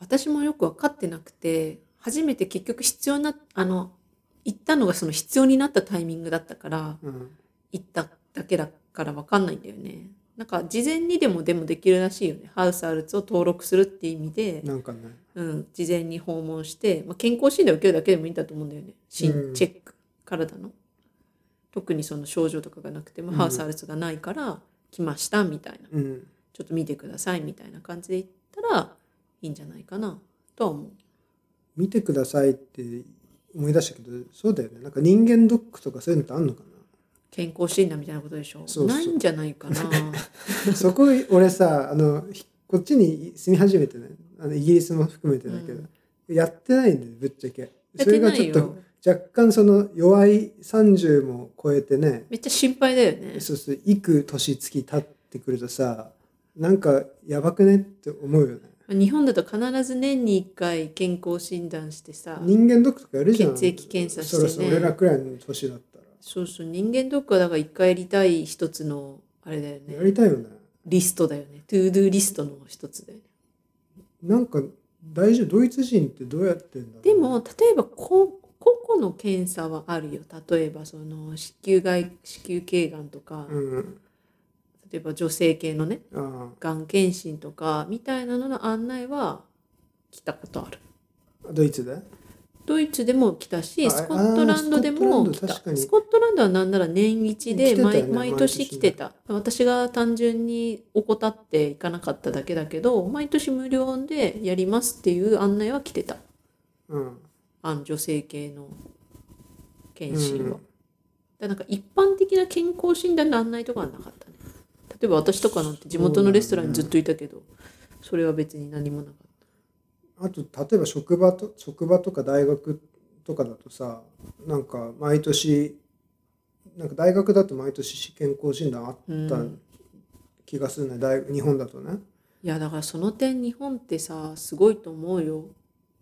[SPEAKER 1] 私もよく分かってなくて、初めて結局必要な、あの、行ったのがその必要になったタイミングだったから、
[SPEAKER 2] うん
[SPEAKER 1] 行っただけだから分かんないんだよね。なんか事前にでもでもできるらしいよね。ハウスアルツを登録するっていう意味で、
[SPEAKER 2] なんかね
[SPEAKER 1] うん、事前に訪問して、まあ、健康診断受けるだけでもいいんだと思うんだよね。し
[SPEAKER 2] うん
[SPEAKER 1] チェック、体の。特にその症状とかがなくても、
[SPEAKER 2] うん
[SPEAKER 1] ハウスアルツがないから来ましたみたいな。
[SPEAKER 2] うん
[SPEAKER 1] ちょっと見てくださいみたいな感じで行ったらいいんじゃないかなとは思う。
[SPEAKER 2] 見てくださいって思い出したけどそうだよねなんか人間ドックとかそういうのってあんのか
[SPEAKER 1] 健康診断みたいなことでしょ
[SPEAKER 2] そうそう
[SPEAKER 1] ないんじゃないかな。
[SPEAKER 2] なそこ俺さあのひこっちに住み始めてねあのイギリスも含めてだけど、やってないんだよぶっちゃけ
[SPEAKER 1] やっ
[SPEAKER 2] それ
[SPEAKER 1] て
[SPEAKER 2] が
[SPEAKER 1] な
[SPEAKER 2] ち
[SPEAKER 1] い
[SPEAKER 2] ょっと
[SPEAKER 1] よ。
[SPEAKER 2] 若干その弱い30も超えてね
[SPEAKER 1] めっちゃ心配だよね。
[SPEAKER 2] そうする幾年月経ってくるとさなんかやばくねって思うよね
[SPEAKER 1] 日本だと必ず年に1回健康診断してさ
[SPEAKER 2] 人間ドックとかやるじゃん
[SPEAKER 1] 血液検査して
[SPEAKER 2] そ
[SPEAKER 1] ね
[SPEAKER 2] ろそろ俺らくらいの年だったら
[SPEAKER 1] そうそう人間ドックはだから1回やりたい一つのあれだよ
[SPEAKER 2] や
[SPEAKER 1] ね
[SPEAKER 2] りたいよね
[SPEAKER 1] リストだよねトゥードゥリストの一つだよね
[SPEAKER 2] なんか大丈夫ドイツ人ってどうやってんだろう
[SPEAKER 1] で
[SPEAKER 2] ね
[SPEAKER 1] も例えばこ個々の検査はあるよ例えばその子宮外子宮頸がんとか、
[SPEAKER 2] うん
[SPEAKER 1] 例えば女性系のね
[SPEAKER 2] あ
[SPEAKER 1] がん検診とかみたいなのの案内は来たことある
[SPEAKER 2] あドイツで
[SPEAKER 1] ドイツでも来た
[SPEAKER 2] あ
[SPEAKER 1] しスコットランドでも来た
[SPEAKER 2] あースコットランド確かに
[SPEAKER 1] スコットランドはなんなら年一
[SPEAKER 2] 来て
[SPEAKER 1] で
[SPEAKER 2] たよね
[SPEAKER 1] 毎,、毎年来てた私が単純に怠っていかなかっただけだけど毎年無料でやりますっていう案内は来てた
[SPEAKER 2] うん
[SPEAKER 1] あの女性系の
[SPEAKER 2] う
[SPEAKER 1] 検診は、だか
[SPEAKER 2] ん
[SPEAKER 1] らなんか一般的な健康診断の案内とかはなかったね例えば私とかなんて地元のレストランにずっといたけどそれは別に何もなかった
[SPEAKER 2] あと例えば職場と職場とか大学とかだとさなんか毎年なんか大学だと毎年健康診断あった
[SPEAKER 1] うん
[SPEAKER 2] 気がするね、大日本だとね
[SPEAKER 1] いやだからその点日本ってさすごいと思うよ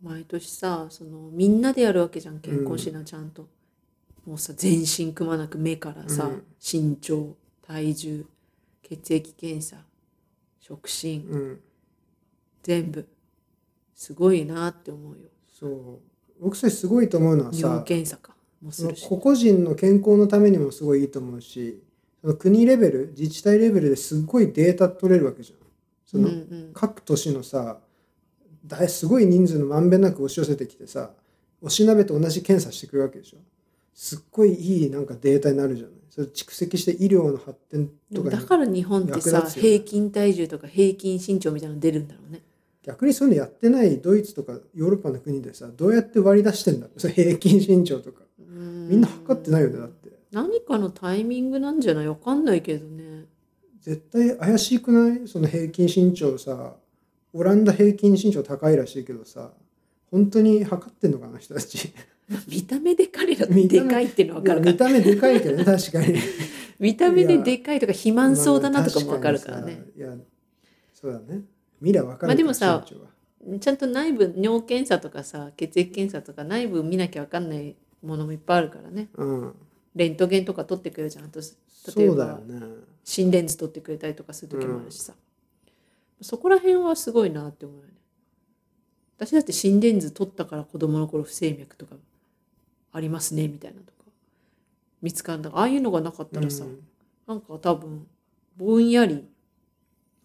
[SPEAKER 1] 毎年さそのみんなでやるわけじゃん健康診断ちゃんと、もうさ全身くまなく目からさ、
[SPEAKER 2] うん
[SPEAKER 1] 身長体重血液検査触診、
[SPEAKER 2] うん
[SPEAKER 1] 全部すごいなって思うよ
[SPEAKER 2] そう僕それすごいと思うのは
[SPEAKER 1] 尿
[SPEAKER 2] さ
[SPEAKER 1] 検査かもするし、
[SPEAKER 2] 個々人の健康のためにもすごいいいと思うしその国レベル自治体レベルですっごいデータ取れるわけじゃんそ
[SPEAKER 1] うん
[SPEAKER 2] の、
[SPEAKER 1] うん、
[SPEAKER 2] 各都市のさだいすごい人数のまんべんなく押し寄せてきてさおしなべと同じ検査してくるわけでしょすっごいいいなんかデータになるじゃないそれ蓄積して医療の発展
[SPEAKER 1] で
[SPEAKER 2] と
[SPEAKER 1] も
[SPEAKER 2] か
[SPEAKER 1] だ
[SPEAKER 2] に
[SPEAKER 1] から日本って
[SPEAKER 2] 役
[SPEAKER 1] さ、
[SPEAKER 2] 立つよね
[SPEAKER 1] 平均体重とか平均身長みたいなの出るんだろうね
[SPEAKER 2] 逆にそういうのやってないドイツとかヨーロッパの国でさどうやって割り出してんだろうそれ平均身長とかみ
[SPEAKER 1] み
[SPEAKER 2] んな測ってないよねだって
[SPEAKER 1] 何かのタイミングなんじゃないわかんないけどね
[SPEAKER 2] 絶対怪しくないその平均身長さオランダ平均身長高いらしいけどさ本当に測ってんのかなあの人たち
[SPEAKER 1] 見た目で彼らって
[SPEAKER 2] 見た
[SPEAKER 1] で
[SPEAKER 2] 目
[SPEAKER 1] かいっていうのわかる
[SPEAKER 2] い
[SPEAKER 1] か
[SPEAKER 2] や
[SPEAKER 1] ら
[SPEAKER 2] 見た目でかいけどね確かに
[SPEAKER 1] 見た目
[SPEAKER 2] い
[SPEAKER 1] で
[SPEAKER 2] や
[SPEAKER 1] でかいとか肥満そうだなとかもわかるからね
[SPEAKER 2] まあ。確にさいや、そうだね。見りゃわかる
[SPEAKER 1] まあでもさ
[SPEAKER 2] 身長は
[SPEAKER 1] ちゃんと内部尿検査とかさ血液検査とか内部見なきゃわかんないものもいっぱいあるからね
[SPEAKER 2] うん。
[SPEAKER 1] レントゲンとか取ってくれるじゃんあと例え
[SPEAKER 2] そうだよ
[SPEAKER 1] ば
[SPEAKER 2] ね。
[SPEAKER 1] 心電図取ってくれたりとかする時もあるしさ、そこら辺はすごいなって思うよね私だって心電図取ったから子供の頃不整脈とかありますねみたいなとか見つかんだああいうのがなかったらさ、
[SPEAKER 2] うん
[SPEAKER 1] なんか多分ぼんやり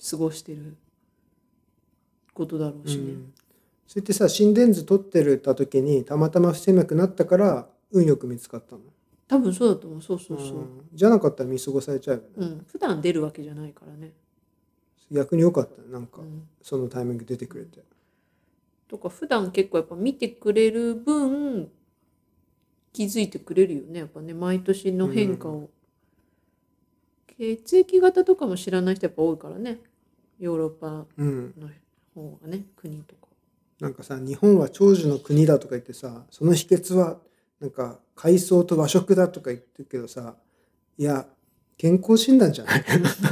[SPEAKER 1] 過ごしてることだろうしね、
[SPEAKER 2] うんそれってさ、心電図取ってるた時に、たまたま不整脈になったから、運よく見つかったの。
[SPEAKER 1] 多分そうだと思うそうそうそう、
[SPEAKER 2] んじゃなかったら見過ごされちゃうよね。
[SPEAKER 1] うん、普段出るわけじゃないからね、
[SPEAKER 2] 逆に良かったね。なんか
[SPEAKER 1] う、ん、
[SPEAKER 2] そのタイミング出てくれて。
[SPEAKER 1] とか普段結構やっぱ見てくれる分気づいてくれるよねやっぱね毎年の変化を、血液型とかも知らない人やっぱ多いからねヨーロッパ
[SPEAKER 2] うん。
[SPEAKER 1] の方がね国とか
[SPEAKER 2] なんかさ、日本は長寿の国だとか言ってさ、その秘訣は、なんか、海藻と和食だとか言ってるけどさ、いや、健康診断じゃない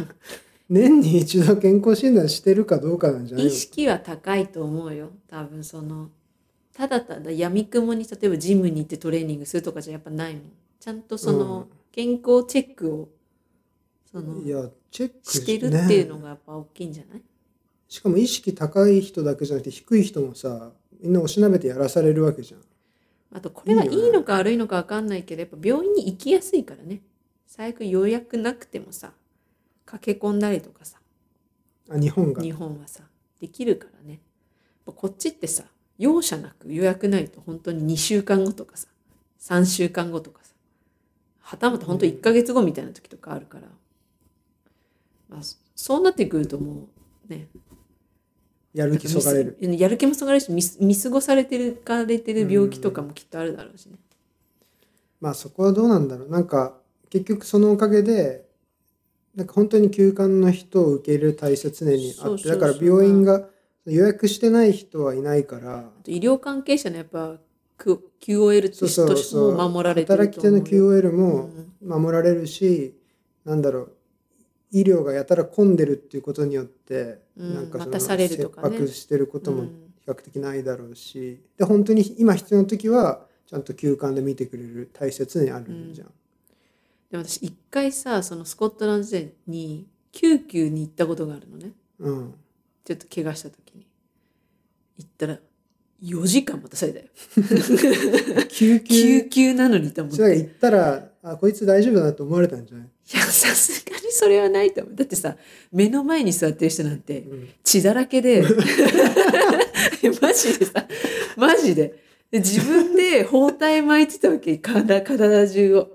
[SPEAKER 2] 年に一度健康診断してるかどうかなんじゃない
[SPEAKER 1] 意識は高いと思うよ多分そのただただやみくもに例えばジムに行ってトレーニングするとかじゃやっぱないのちゃんとその健康チェックをその
[SPEAKER 2] いや、チェック
[SPEAKER 1] してるっていうの
[SPEAKER 2] ね
[SPEAKER 1] がやっぱ大きいんじゃない、
[SPEAKER 2] しかも意識高い人だけじゃなくて、低い人もさ、みんなおしなべてやらされるわけじゃん。
[SPEAKER 1] あとこれがい
[SPEAKER 2] いいよね
[SPEAKER 1] いのか悪いのか分かんないけどやっぱ病院に行きやすいからね最悪予約なくてもさ駆け込んだりとかさ
[SPEAKER 2] あ、日本が。
[SPEAKER 1] 日本はさできるからねやっぱこっちってさ容赦なく予約ないと本当に2週間後とかさ3週間後とかさはたまた本当
[SPEAKER 2] うん
[SPEAKER 1] 1ヶ月後みたいな時とかあるから、まあ、そそうなってくるともうね
[SPEAKER 2] やる気そがれる。
[SPEAKER 1] やる気もそがれるし見す見過ごされてるかれてる病気とかもきっとあるだろうしね。
[SPEAKER 2] まあそこはどうなんだろう。なんか、結局そのおかげで、なんか本当に休館の人を受け入れる体制は常にあ
[SPEAKER 1] そう
[SPEAKER 2] っ
[SPEAKER 1] そ
[SPEAKER 2] て、
[SPEAKER 1] うそ
[SPEAKER 2] だ
[SPEAKER 1] う
[SPEAKER 2] から病院が予約してない人はいないから、
[SPEAKER 1] あと医療関係者のやっぱ Q- QOL と
[SPEAKER 2] そうそう
[SPEAKER 1] して
[SPEAKER 2] そう。
[SPEAKER 1] も守られてる
[SPEAKER 2] 働
[SPEAKER 1] と
[SPEAKER 2] き
[SPEAKER 1] 思
[SPEAKER 2] 手
[SPEAKER 1] うよ
[SPEAKER 2] の QOL も
[SPEAKER 1] うん
[SPEAKER 2] 守られるし、なんだろう、医療がやたら混んでるっていうことによって、
[SPEAKER 1] うん
[SPEAKER 2] なんかそ
[SPEAKER 1] 待
[SPEAKER 2] の
[SPEAKER 1] たされるとかね
[SPEAKER 2] 迫してること
[SPEAKER 1] う
[SPEAKER 2] も
[SPEAKER 1] ん
[SPEAKER 2] 比較的ないだろうし、で本当に今必要な時はちゃんと休館で見てくれる大切にあるじゃん。
[SPEAKER 1] でも私一回さそのスコットランド時代に救急に行ったことがあるのね
[SPEAKER 2] うん。
[SPEAKER 1] ちょっと怪我した時に行ったら4時間待たされたよ
[SPEAKER 2] 救急
[SPEAKER 1] 救急なのにと思っ
[SPEAKER 2] それ
[SPEAKER 1] て
[SPEAKER 2] 行ったらあこいつ大丈夫だなと思われたんじゃない？
[SPEAKER 1] いやさすがにそれはないと思うだってさ目の前に座ってる人なんて
[SPEAKER 2] うん
[SPEAKER 1] 血だらけ でマジでさマジでで自分で包帯巻いてたわけ体体中を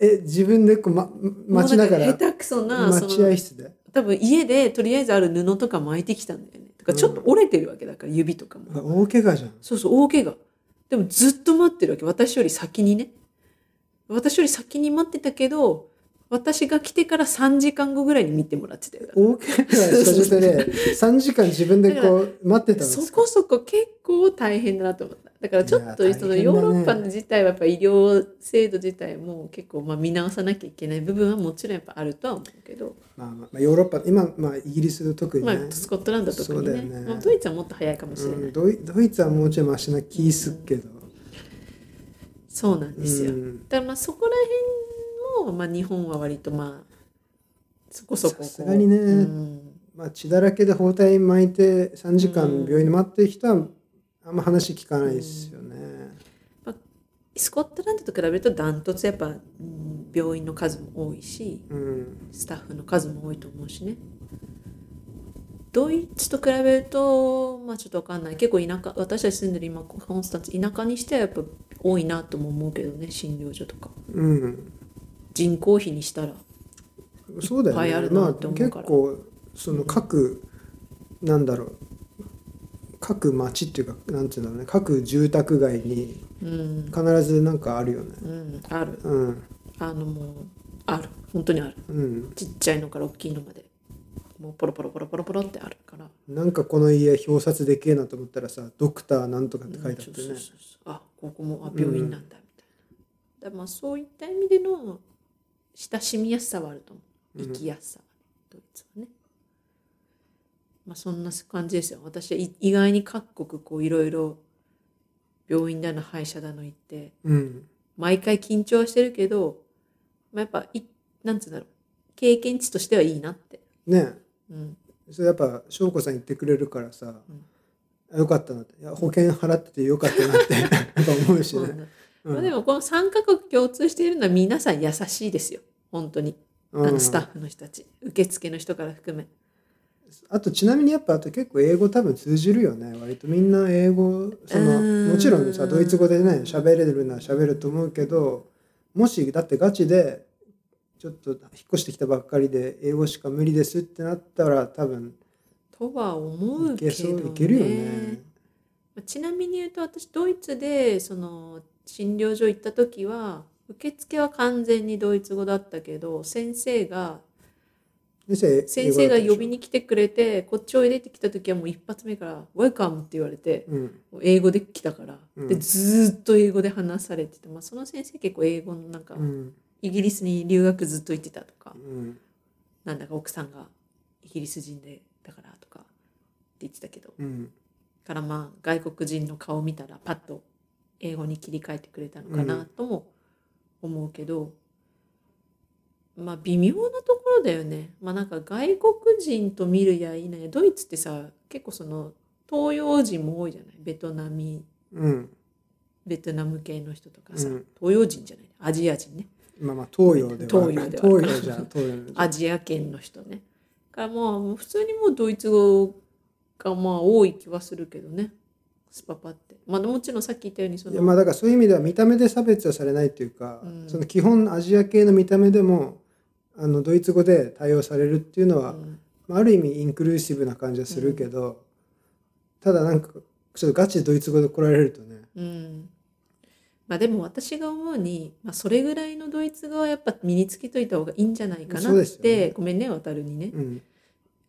[SPEAKER 2] え自分でこう、ま、待ちなが
[SPEAKER 1] もう
[SPEAKER 2] ら
[SPEAKER 1] んか下手くそなそ
[SPEAKER 2] 待合
[SPEAKER 1] の
[SPEAKER 2] 室で。
[SPEAKER 1] 多分家でとりあえずある布とか巻いてきたんだよねとかちょっと折れてるわけだから指とかも、
[SPEAKER 2] うわ大怪我じゃん。
[SPEAKER 1] そうそう大怪我でもずっと待ってるわけ私より先にね私より先に待ってたけど私が来てから3時間後ぐらいに見てもらってたよ。
[SPEAKER 2] 大怪我した状 態で3時間自分でこう待ってたんで
[SPEAKER 1] そ
[SPEAKER 2] すか
[SPEAKER 1] こそこ結構大変だなと思った。だからちょっ
[SPEAKER 2] い
[SPEAKER 1] と
[SPEAKER 2] や
[SPEAKER 1] その
[SPEAKER 2] 大変だ
[SPEAKER 1] ヨ
[SPEAKER 2] ね
[SPEAKER 1] ーロッパ自体はやっぱ医療制度自体も結構まあ見直さなきゃいけない部分はもちろんやっぱあるとは思うけど、
[SPEAKER 2] まあまあ、まあヨーロッパ今、まあ、イギリスで特に
[SPEAKER 1] ま
[SPEAKER 2] ね、
[SPEAKER 1] あスコットランドとかに
[SPEAKER 2] そう
[SPEAKER 1] ね
[SPEAKER 2] だよね
[SPEAKER 1] まあドイツはもっと早いかもしれない、
[SPEAKER 2] うん、ドイドイツはもうちょいマシな気すっけど、
[SPEAKER 1] そうなんですよ、
[SPEAKER 2] うん
[SPEAKER 1] だからまあそこら辺も、まあ、日本は割とまあそこそここう
[SPEAKER 2] さすがにね
[SPEAKER 1] うん
[SPEAKER 2] まあ、血だらけで包帯巻いて3時間病院に待ってる人はあんま話聞かないですよね、
[SPEAKER 1] スコットランドと比べるとダントツやっぱうん病院の数も多いし
[SPEAKER 2] うん
[SPEAKER 1] スタッフの数も多いと思うしねドイツと比べるとまあちょっとわかんない結構田舎私たち住んでる今コンスタンツ田舎にしてはやっぱ多いなとも思うけどね診療所とか
[SPEAKER 2] うん
[SPEAKER 1] 人口比にしたら
[SPEAKER 2] そうだ
[SPEAKER 1] い
[SPEAKER 2] よ
[SPEAKER 1] っぱいあ
[SPEAKER 2] ね
[SPEAKER 1] る
[SPEAKER 2] ま
[SPEAKER 1] な
[SPEAKER 2] あ
[SPEAKER 1] って思う
[SPEAKER 2] 結
[SPEAKER 1] から
[SPEAKER 2] 構その各、なんだろう各町っていうかなんていうんだろうね各住宅街に
[SPEAKER 1] うん
[SPEAKER 2] 必ずなんかあるよね
[SPEAKER 1] うんある
[SPEAKER 2] うん
[SPEAKER 1] あのもうある本当にある
[SPEAKER 2] うん
[SPEAKER 1] ちっちゃいのから大きいのまでもうポロポロポロポロポロってあるから
[SPEAKER 2] なんかこの家表札でけえなと思ったらさ「ドクターなんとか」って書いてあって
[SPEAKER 1] うんそう
[SPEAKER 2] ね
[SPEAKER 1] そうそうそうあここもあ病院なんだみたいな、だからまあそういった意味での親しみやすさはあると思う
[SPEAKER 2] う
[SPEAKER 1] 生
[SPEAKER 2] ん
[SPEAKER 1] きやすさはね、ドイツはねまあそんな感じですよ私はい意外に各国こういろいろ病院だの歯医者だの行って
[SPEAKER 2] うん
[SPEAKER 1] 毎回緊張はしてるけど、まあ、やっぱいなんつうんだろう経験値としてはいいなって、
[SPEAKER 2] ね
[SPEAKER 1] うん、
[SPEAKER 2] それやっぱ翔子さん言ってくれるからさ、
[SPEAKER 1] うん
[SPEAKER 2] あよかったなっていや保険払っててよかったなってやっぱ思うしね、う ん
[SPEAKER 1] まあ、でもこの3カ国共通しているのは皆さん優しいですよ本当にあ
[SPEAKER 2] う
[SPEAKER 1] の
[SPEAKER 2] ん
[SPEAKER 1] スタッフの人たち受付の人から含め
[SPEAKER 2] あとちなみにやっぱあと結構英語多分通じるよね割とみんな英語そうの
[SPEAKER 1] ーん
[SPEAKER 2] もちろんさドイツ語でね喋れるのは喋ると思うけどもしだってガチでちょっと引っ越してきたばっかりで英語しか無理ですってなったら多分
[SPEAKER 1] とは思う
[SPEAKER 2] い
[SPEAKER 1] け
[SPEAKER 2] け
[SPEAKER 1] ど、
[SPEAKER 2] そう
[SPEAKER 1] ね、
[SPEAKER 2] いけるよね。
[SPEAKER 1] まあちなみに言うと私ドイツでその診療所行った時は受付は完全にドイツ語だったけど先生が
[SPEAKER 2] 先生
[SPEAKER 1] 先生が呼び
[SPEAKER 2] に、
[SPEAKER 1] に来てくれてこっちおいでって来た時はもう一発目から「ウェルカム」って言われて
[SPEAKER 2] うん、
[SPEAKER 1] 英語で来たから、
[SPEAKER 2] うん
[SPEAKER 1] でずーっと英語で話されてて、まあ、その先生結構英語のなんか、
[SPEAKER 2] うん
[SPEAKER 1] イギリスに留学ずっと行ってたとか
[SPEAKER 2] う、ん
[SPEAKER 1] なんだか奥さんがイギリス人でだからとかって言ってたけど、
[SPEAKER 2] うん
[SPEAKER 1] からまあ外国人の顔見たらパッと英語に切り替えてくれたのか
[SPEAKER 2] う
[SPEAKER 1] なんとも思うけど、まあ微妙なところだよね。まあなんか外国人と見るやいなやドイツってさ結構その東洋人も多いじゃないベトナミ
[SPEAKER 2] うん
[SPEAKER 1] ベトナム系の人とかさ、
[SPEAKER 2] うん
[SPEAKER 1] 東洋人じゃないアジア人ね。
[SPEAKER 2] まあまあ東洋では
[SPEAKER 1] 東洋では
[SPEAKER 2] 東洋じゃ東洋じゃ
[SPEAKER 1] アジア圏の人ね。からもう普通にもうドイツ語がまあ多い気はするけどね。スパパって。まあもちろんさっき言ったようにそ
[SPEAKER 2] いやま
[SPEAKER 1] の
[SPEAKER 2] あだからそういう意味では見た目で差別はされないというか、
[SPEAKER 1] うん
[SPEAKER 2] その基本アジア系の見た目でもあのドイツ語で対応されるっていうのは、
[SPEAKER 1] うん
[SPEAKER 2] まあ、ある意味インクルーシブな感じはするけど、ただなんかちょっとガチでドイツ語で来られるとね
[SPEAKER 1] うん。まあでも私が思うに、まあ、それぐらいのドイツ語はやっぱ身につけといた方がいいんじゃないかな
[SPEAKER 2] そう
[SPEAKER 1] っ
[SPEAKER 2] ですよ
[SPEAKER 1] て、
[SPEAKER 2] ね
[SPEAKER 1] ごめんね渡るにね、
[SPEAKER 2] うん、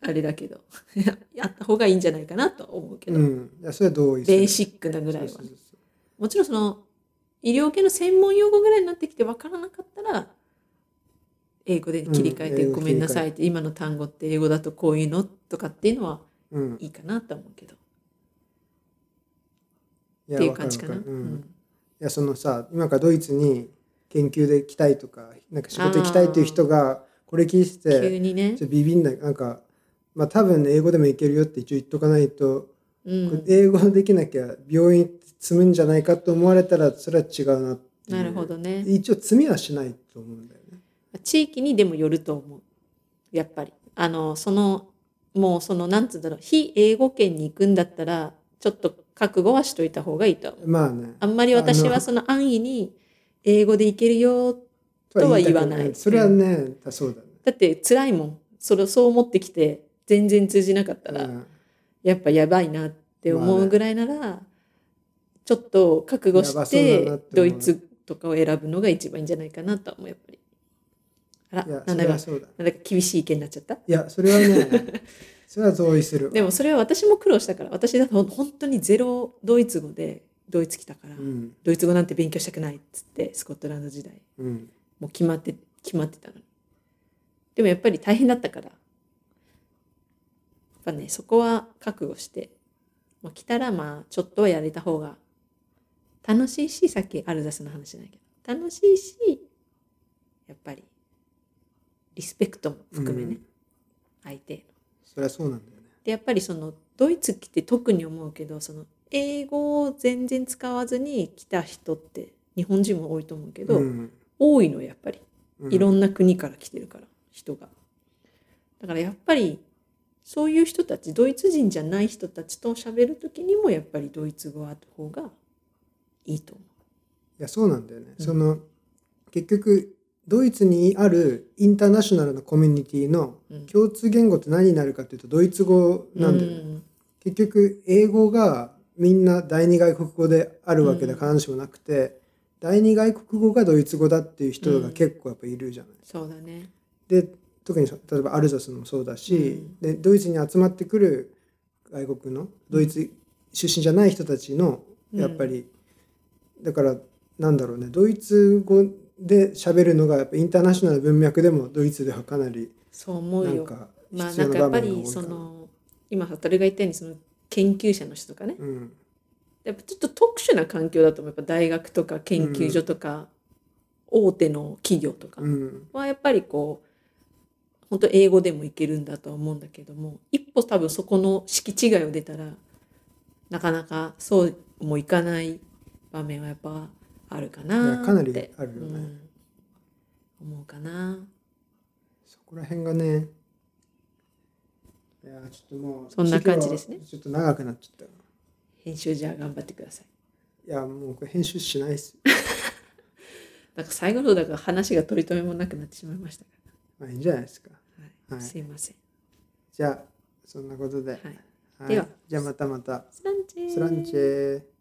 [SPEAKER 1] あれだけど やった方がいいんじゃないかなとは思うけど、
[SPEAKER 2] うん、いやそれは同意
[SPEAKER 1] ベーシックなぐらいは
[SPEAKER 2] そうそうそう
[SPEAKER 1] もちろんその医療系の専門用語ぐらいになってきて分からなかったら英語で切り替えて「
[SPEAKER 2] うん
[SPEAKER 1] ごめんなさい」って今の単語って英語だとこういうのとかっていうのは
[SPEAKER 2] そううん、
[SPEAKER 1] いいかなと思うけどっ
[SPEAKER 2] い
[SPEAKER 1] ていう感じかな。
[SPEAKER 2] わるわる
[SPEAKER 1] う
[SPEAKER 2] うん
[SPEAKER 1] ん
[SPEAKER 2] いやそのさ今からドイツに研究で行きたいとかなんか仕事行きたいという人がこれ聞いて
[SPEAKER 1] 急にね
[SPEAKER 2] ちょっと、ビビんないなんかまあ多分ね英語でもいけるよって一応言っとかないと、
[SPEAKER 1] うん
[SPEAKER 2] これ英語できなきゃ病院積むんじゃないかと思われたらそれは違うなっていう
[SPEAKER 1] なるほどね
[SPEAKER 2] 一応積みはしないと思うんだよね
[SPEAKER 1] 地域にでもよると思うやっぱりあのそのもうそのなんつうんだろう非英語圏に行くんだったらちょっと覚悟はしといた方がいいとは思う
[SPEAKER 2] まあね
[SPEAKER 1] あんまり私
[SPEAKER 2] あ
[SPEAKER 1] は
[SPEAKER 2] の
[SPEAKER 1] その安易に英語でいけるよってとは言わない
[SPEAKER 2] とはそれはね、だそうだね
[SPEAKER 1] だって辛いもんそれをそう思ってきて全然通じなかったら、
[SPEAKER 2] うん
[SPEAKER 1] やっぱやばいなって思うぐらいなら、ちょっと覚悟
[SPEAKER 2] やば
[SPEAKER 1] し
[SPEAKER 2] そうだ
[SPEAKER 1] て
[SPEAKER 2] なって思う
[SPEAKER 1] ドイツとかを選ぶのが一番いいんじゃないかなとは思うやっぱりあら
[SPEAKER 2] いや、
[SPEAKER 1] な
[SPEAKER 2] そ
[SPEAKER 1] んだ
[SPEAKER 2] れ
[SPEAKER 1] か
[SPEAKER 2] はそうだ。
[SPEAKER 1] なんだか厳しい意見になっちゃった
[SPEAKER 2] いや、それ はね、それは同意する。
[SPEAKER 1] でもそれは私も苦労したから私だと本当にゼロドイツ語でドイツ来たから、
[SPEAKER 2] うん、
[SPEAKER 1] ドイツ語なんて勉強したくないっつってスコットランド時代
[SPEAKER 2] うん。
[SPEAKER 1] もう決まって決まってたのにでもやっぱり大変だったからやっぱねそこは覚悟して、まあ、来たらまあちょっとはやれた方が楽しいしさっきアルザスの話じゃないけど楽しいしやっぱりリスペクトも含めね、
[SPEAKER 2] うん
[SPEAKER 1] 相手への
[SPEAKER 2] それはそうなんだよね。
[SPEAKER 1] でやっぱりそのドイツ来て特に思うけどその英語を全然使わずに来た人って日本人も多いと思うけど、
[SPEAKER 2] うん
[SPEAKER 1] 多いのやっぱり
[SPEAKER 2] うん
[SPEAKER 1] いろんな国から来てるから、人が。だからやっぱりそういう人たちドイツ人じゃない人たちと喋る時にもやっぱりドイツ語はあった方がいいと思
[SPEAKER 2] いやそうなんだよね、
[SPEAKER 1] うん
[SPEAKER 2] その結局ドイツにあるインターナショナルなコミュニティの
[SPEAKER 1] う。うん
[SPEAKER 2] 共通言語って何になるかっていうとドイツ語なんだよね、
[SPEAKER 1] うん
[SPEAKER 2] 結局英語がみんな第二外国語であるわけで
[SPEAKER 1] うん
[SPEAKER 2] 必ずしもなくて、第二外国語がドイツ語だっていう人が結構やっぱいるじゃない、
[SPEAKER 1] そうだね。
[SPEAKER 2] で特にそ例えばアルザスもそうだし、
[SPEAKER 1] うん
[SPEAKER 2] でドイツに集まってくる外国のドイツ出身じゃない人たちの
[SPEAKER 1] うん
[SPEAKER 2] やっぱり、だからなんだろうねドイツ語で喋るのがやっぱインターナショナル文脈でもドイツではかなり
[SPEAKER 1] そう思
[SPEAKER 2] な
[SPEAKER 1] うんよ。
[SPEAKER 2] か
[SPEAKER 1] まあ
[SPEAKER 2] 必
[SPEAKER 1] な
[SPEAKER 2] 要
[SPEAKER 1] んか
[SPEAKER 2] な
[SPEAKER 1] やっぱ
[SPEAKER 2] 場面が多い
[SPEAKER 1] り
[SPEAKER 2] か
[SPEAKER 1] そ
[SPEAKER 2] ら、
[SPEAKER 1] の今悟が言ったようにその研究者の人とかね
[SPEAKER 2] うん
[SPEAKER 1] やっぱちょっと特殊な環境だと思うやっぱ大学とか研究所とか、大手の企業とか
[SPEAKER 2] うん
[SPEAKER 1] はやっぱりこう本当英語でもいけるんだとは思うんだけども一歩多分そこの敷地外を出たらなかなかそうもいかない場面はやっぱあるかなって
[SPEAKER 2] いやかなりあるよね
[SPEAKER 1] うん思うかな
[SPEAKER 2] そこら辺がねいやちょっともう
[SPEAKER 1] そんな感じですね
[SPEAKER 2] ちょっと長くなっちゃった
[SPEAKER 1] 編集じゃあ頑張ってください
[SPEAKER 2] いやもうこれ編集しないっす
[SPEAKER 1] なんか最後のだから話が取り留めもなくなってしまいましたか、
[SPEAKER 2] まあいいんじゃないですから
[SPEAKER 1] はい
[SPEAKER 2] はい
[SPEAKER 1] すいません
[SPEAKER 2] じゃあそんなことで、
[SPEAKER 1] はい
[SPEAKER 2] はい
[SPEAKER 1] では
[SPEAKER 2] じゃあまたまた
[SPEAKER 1] スランチェー
[SPEAKER 2] スランチェー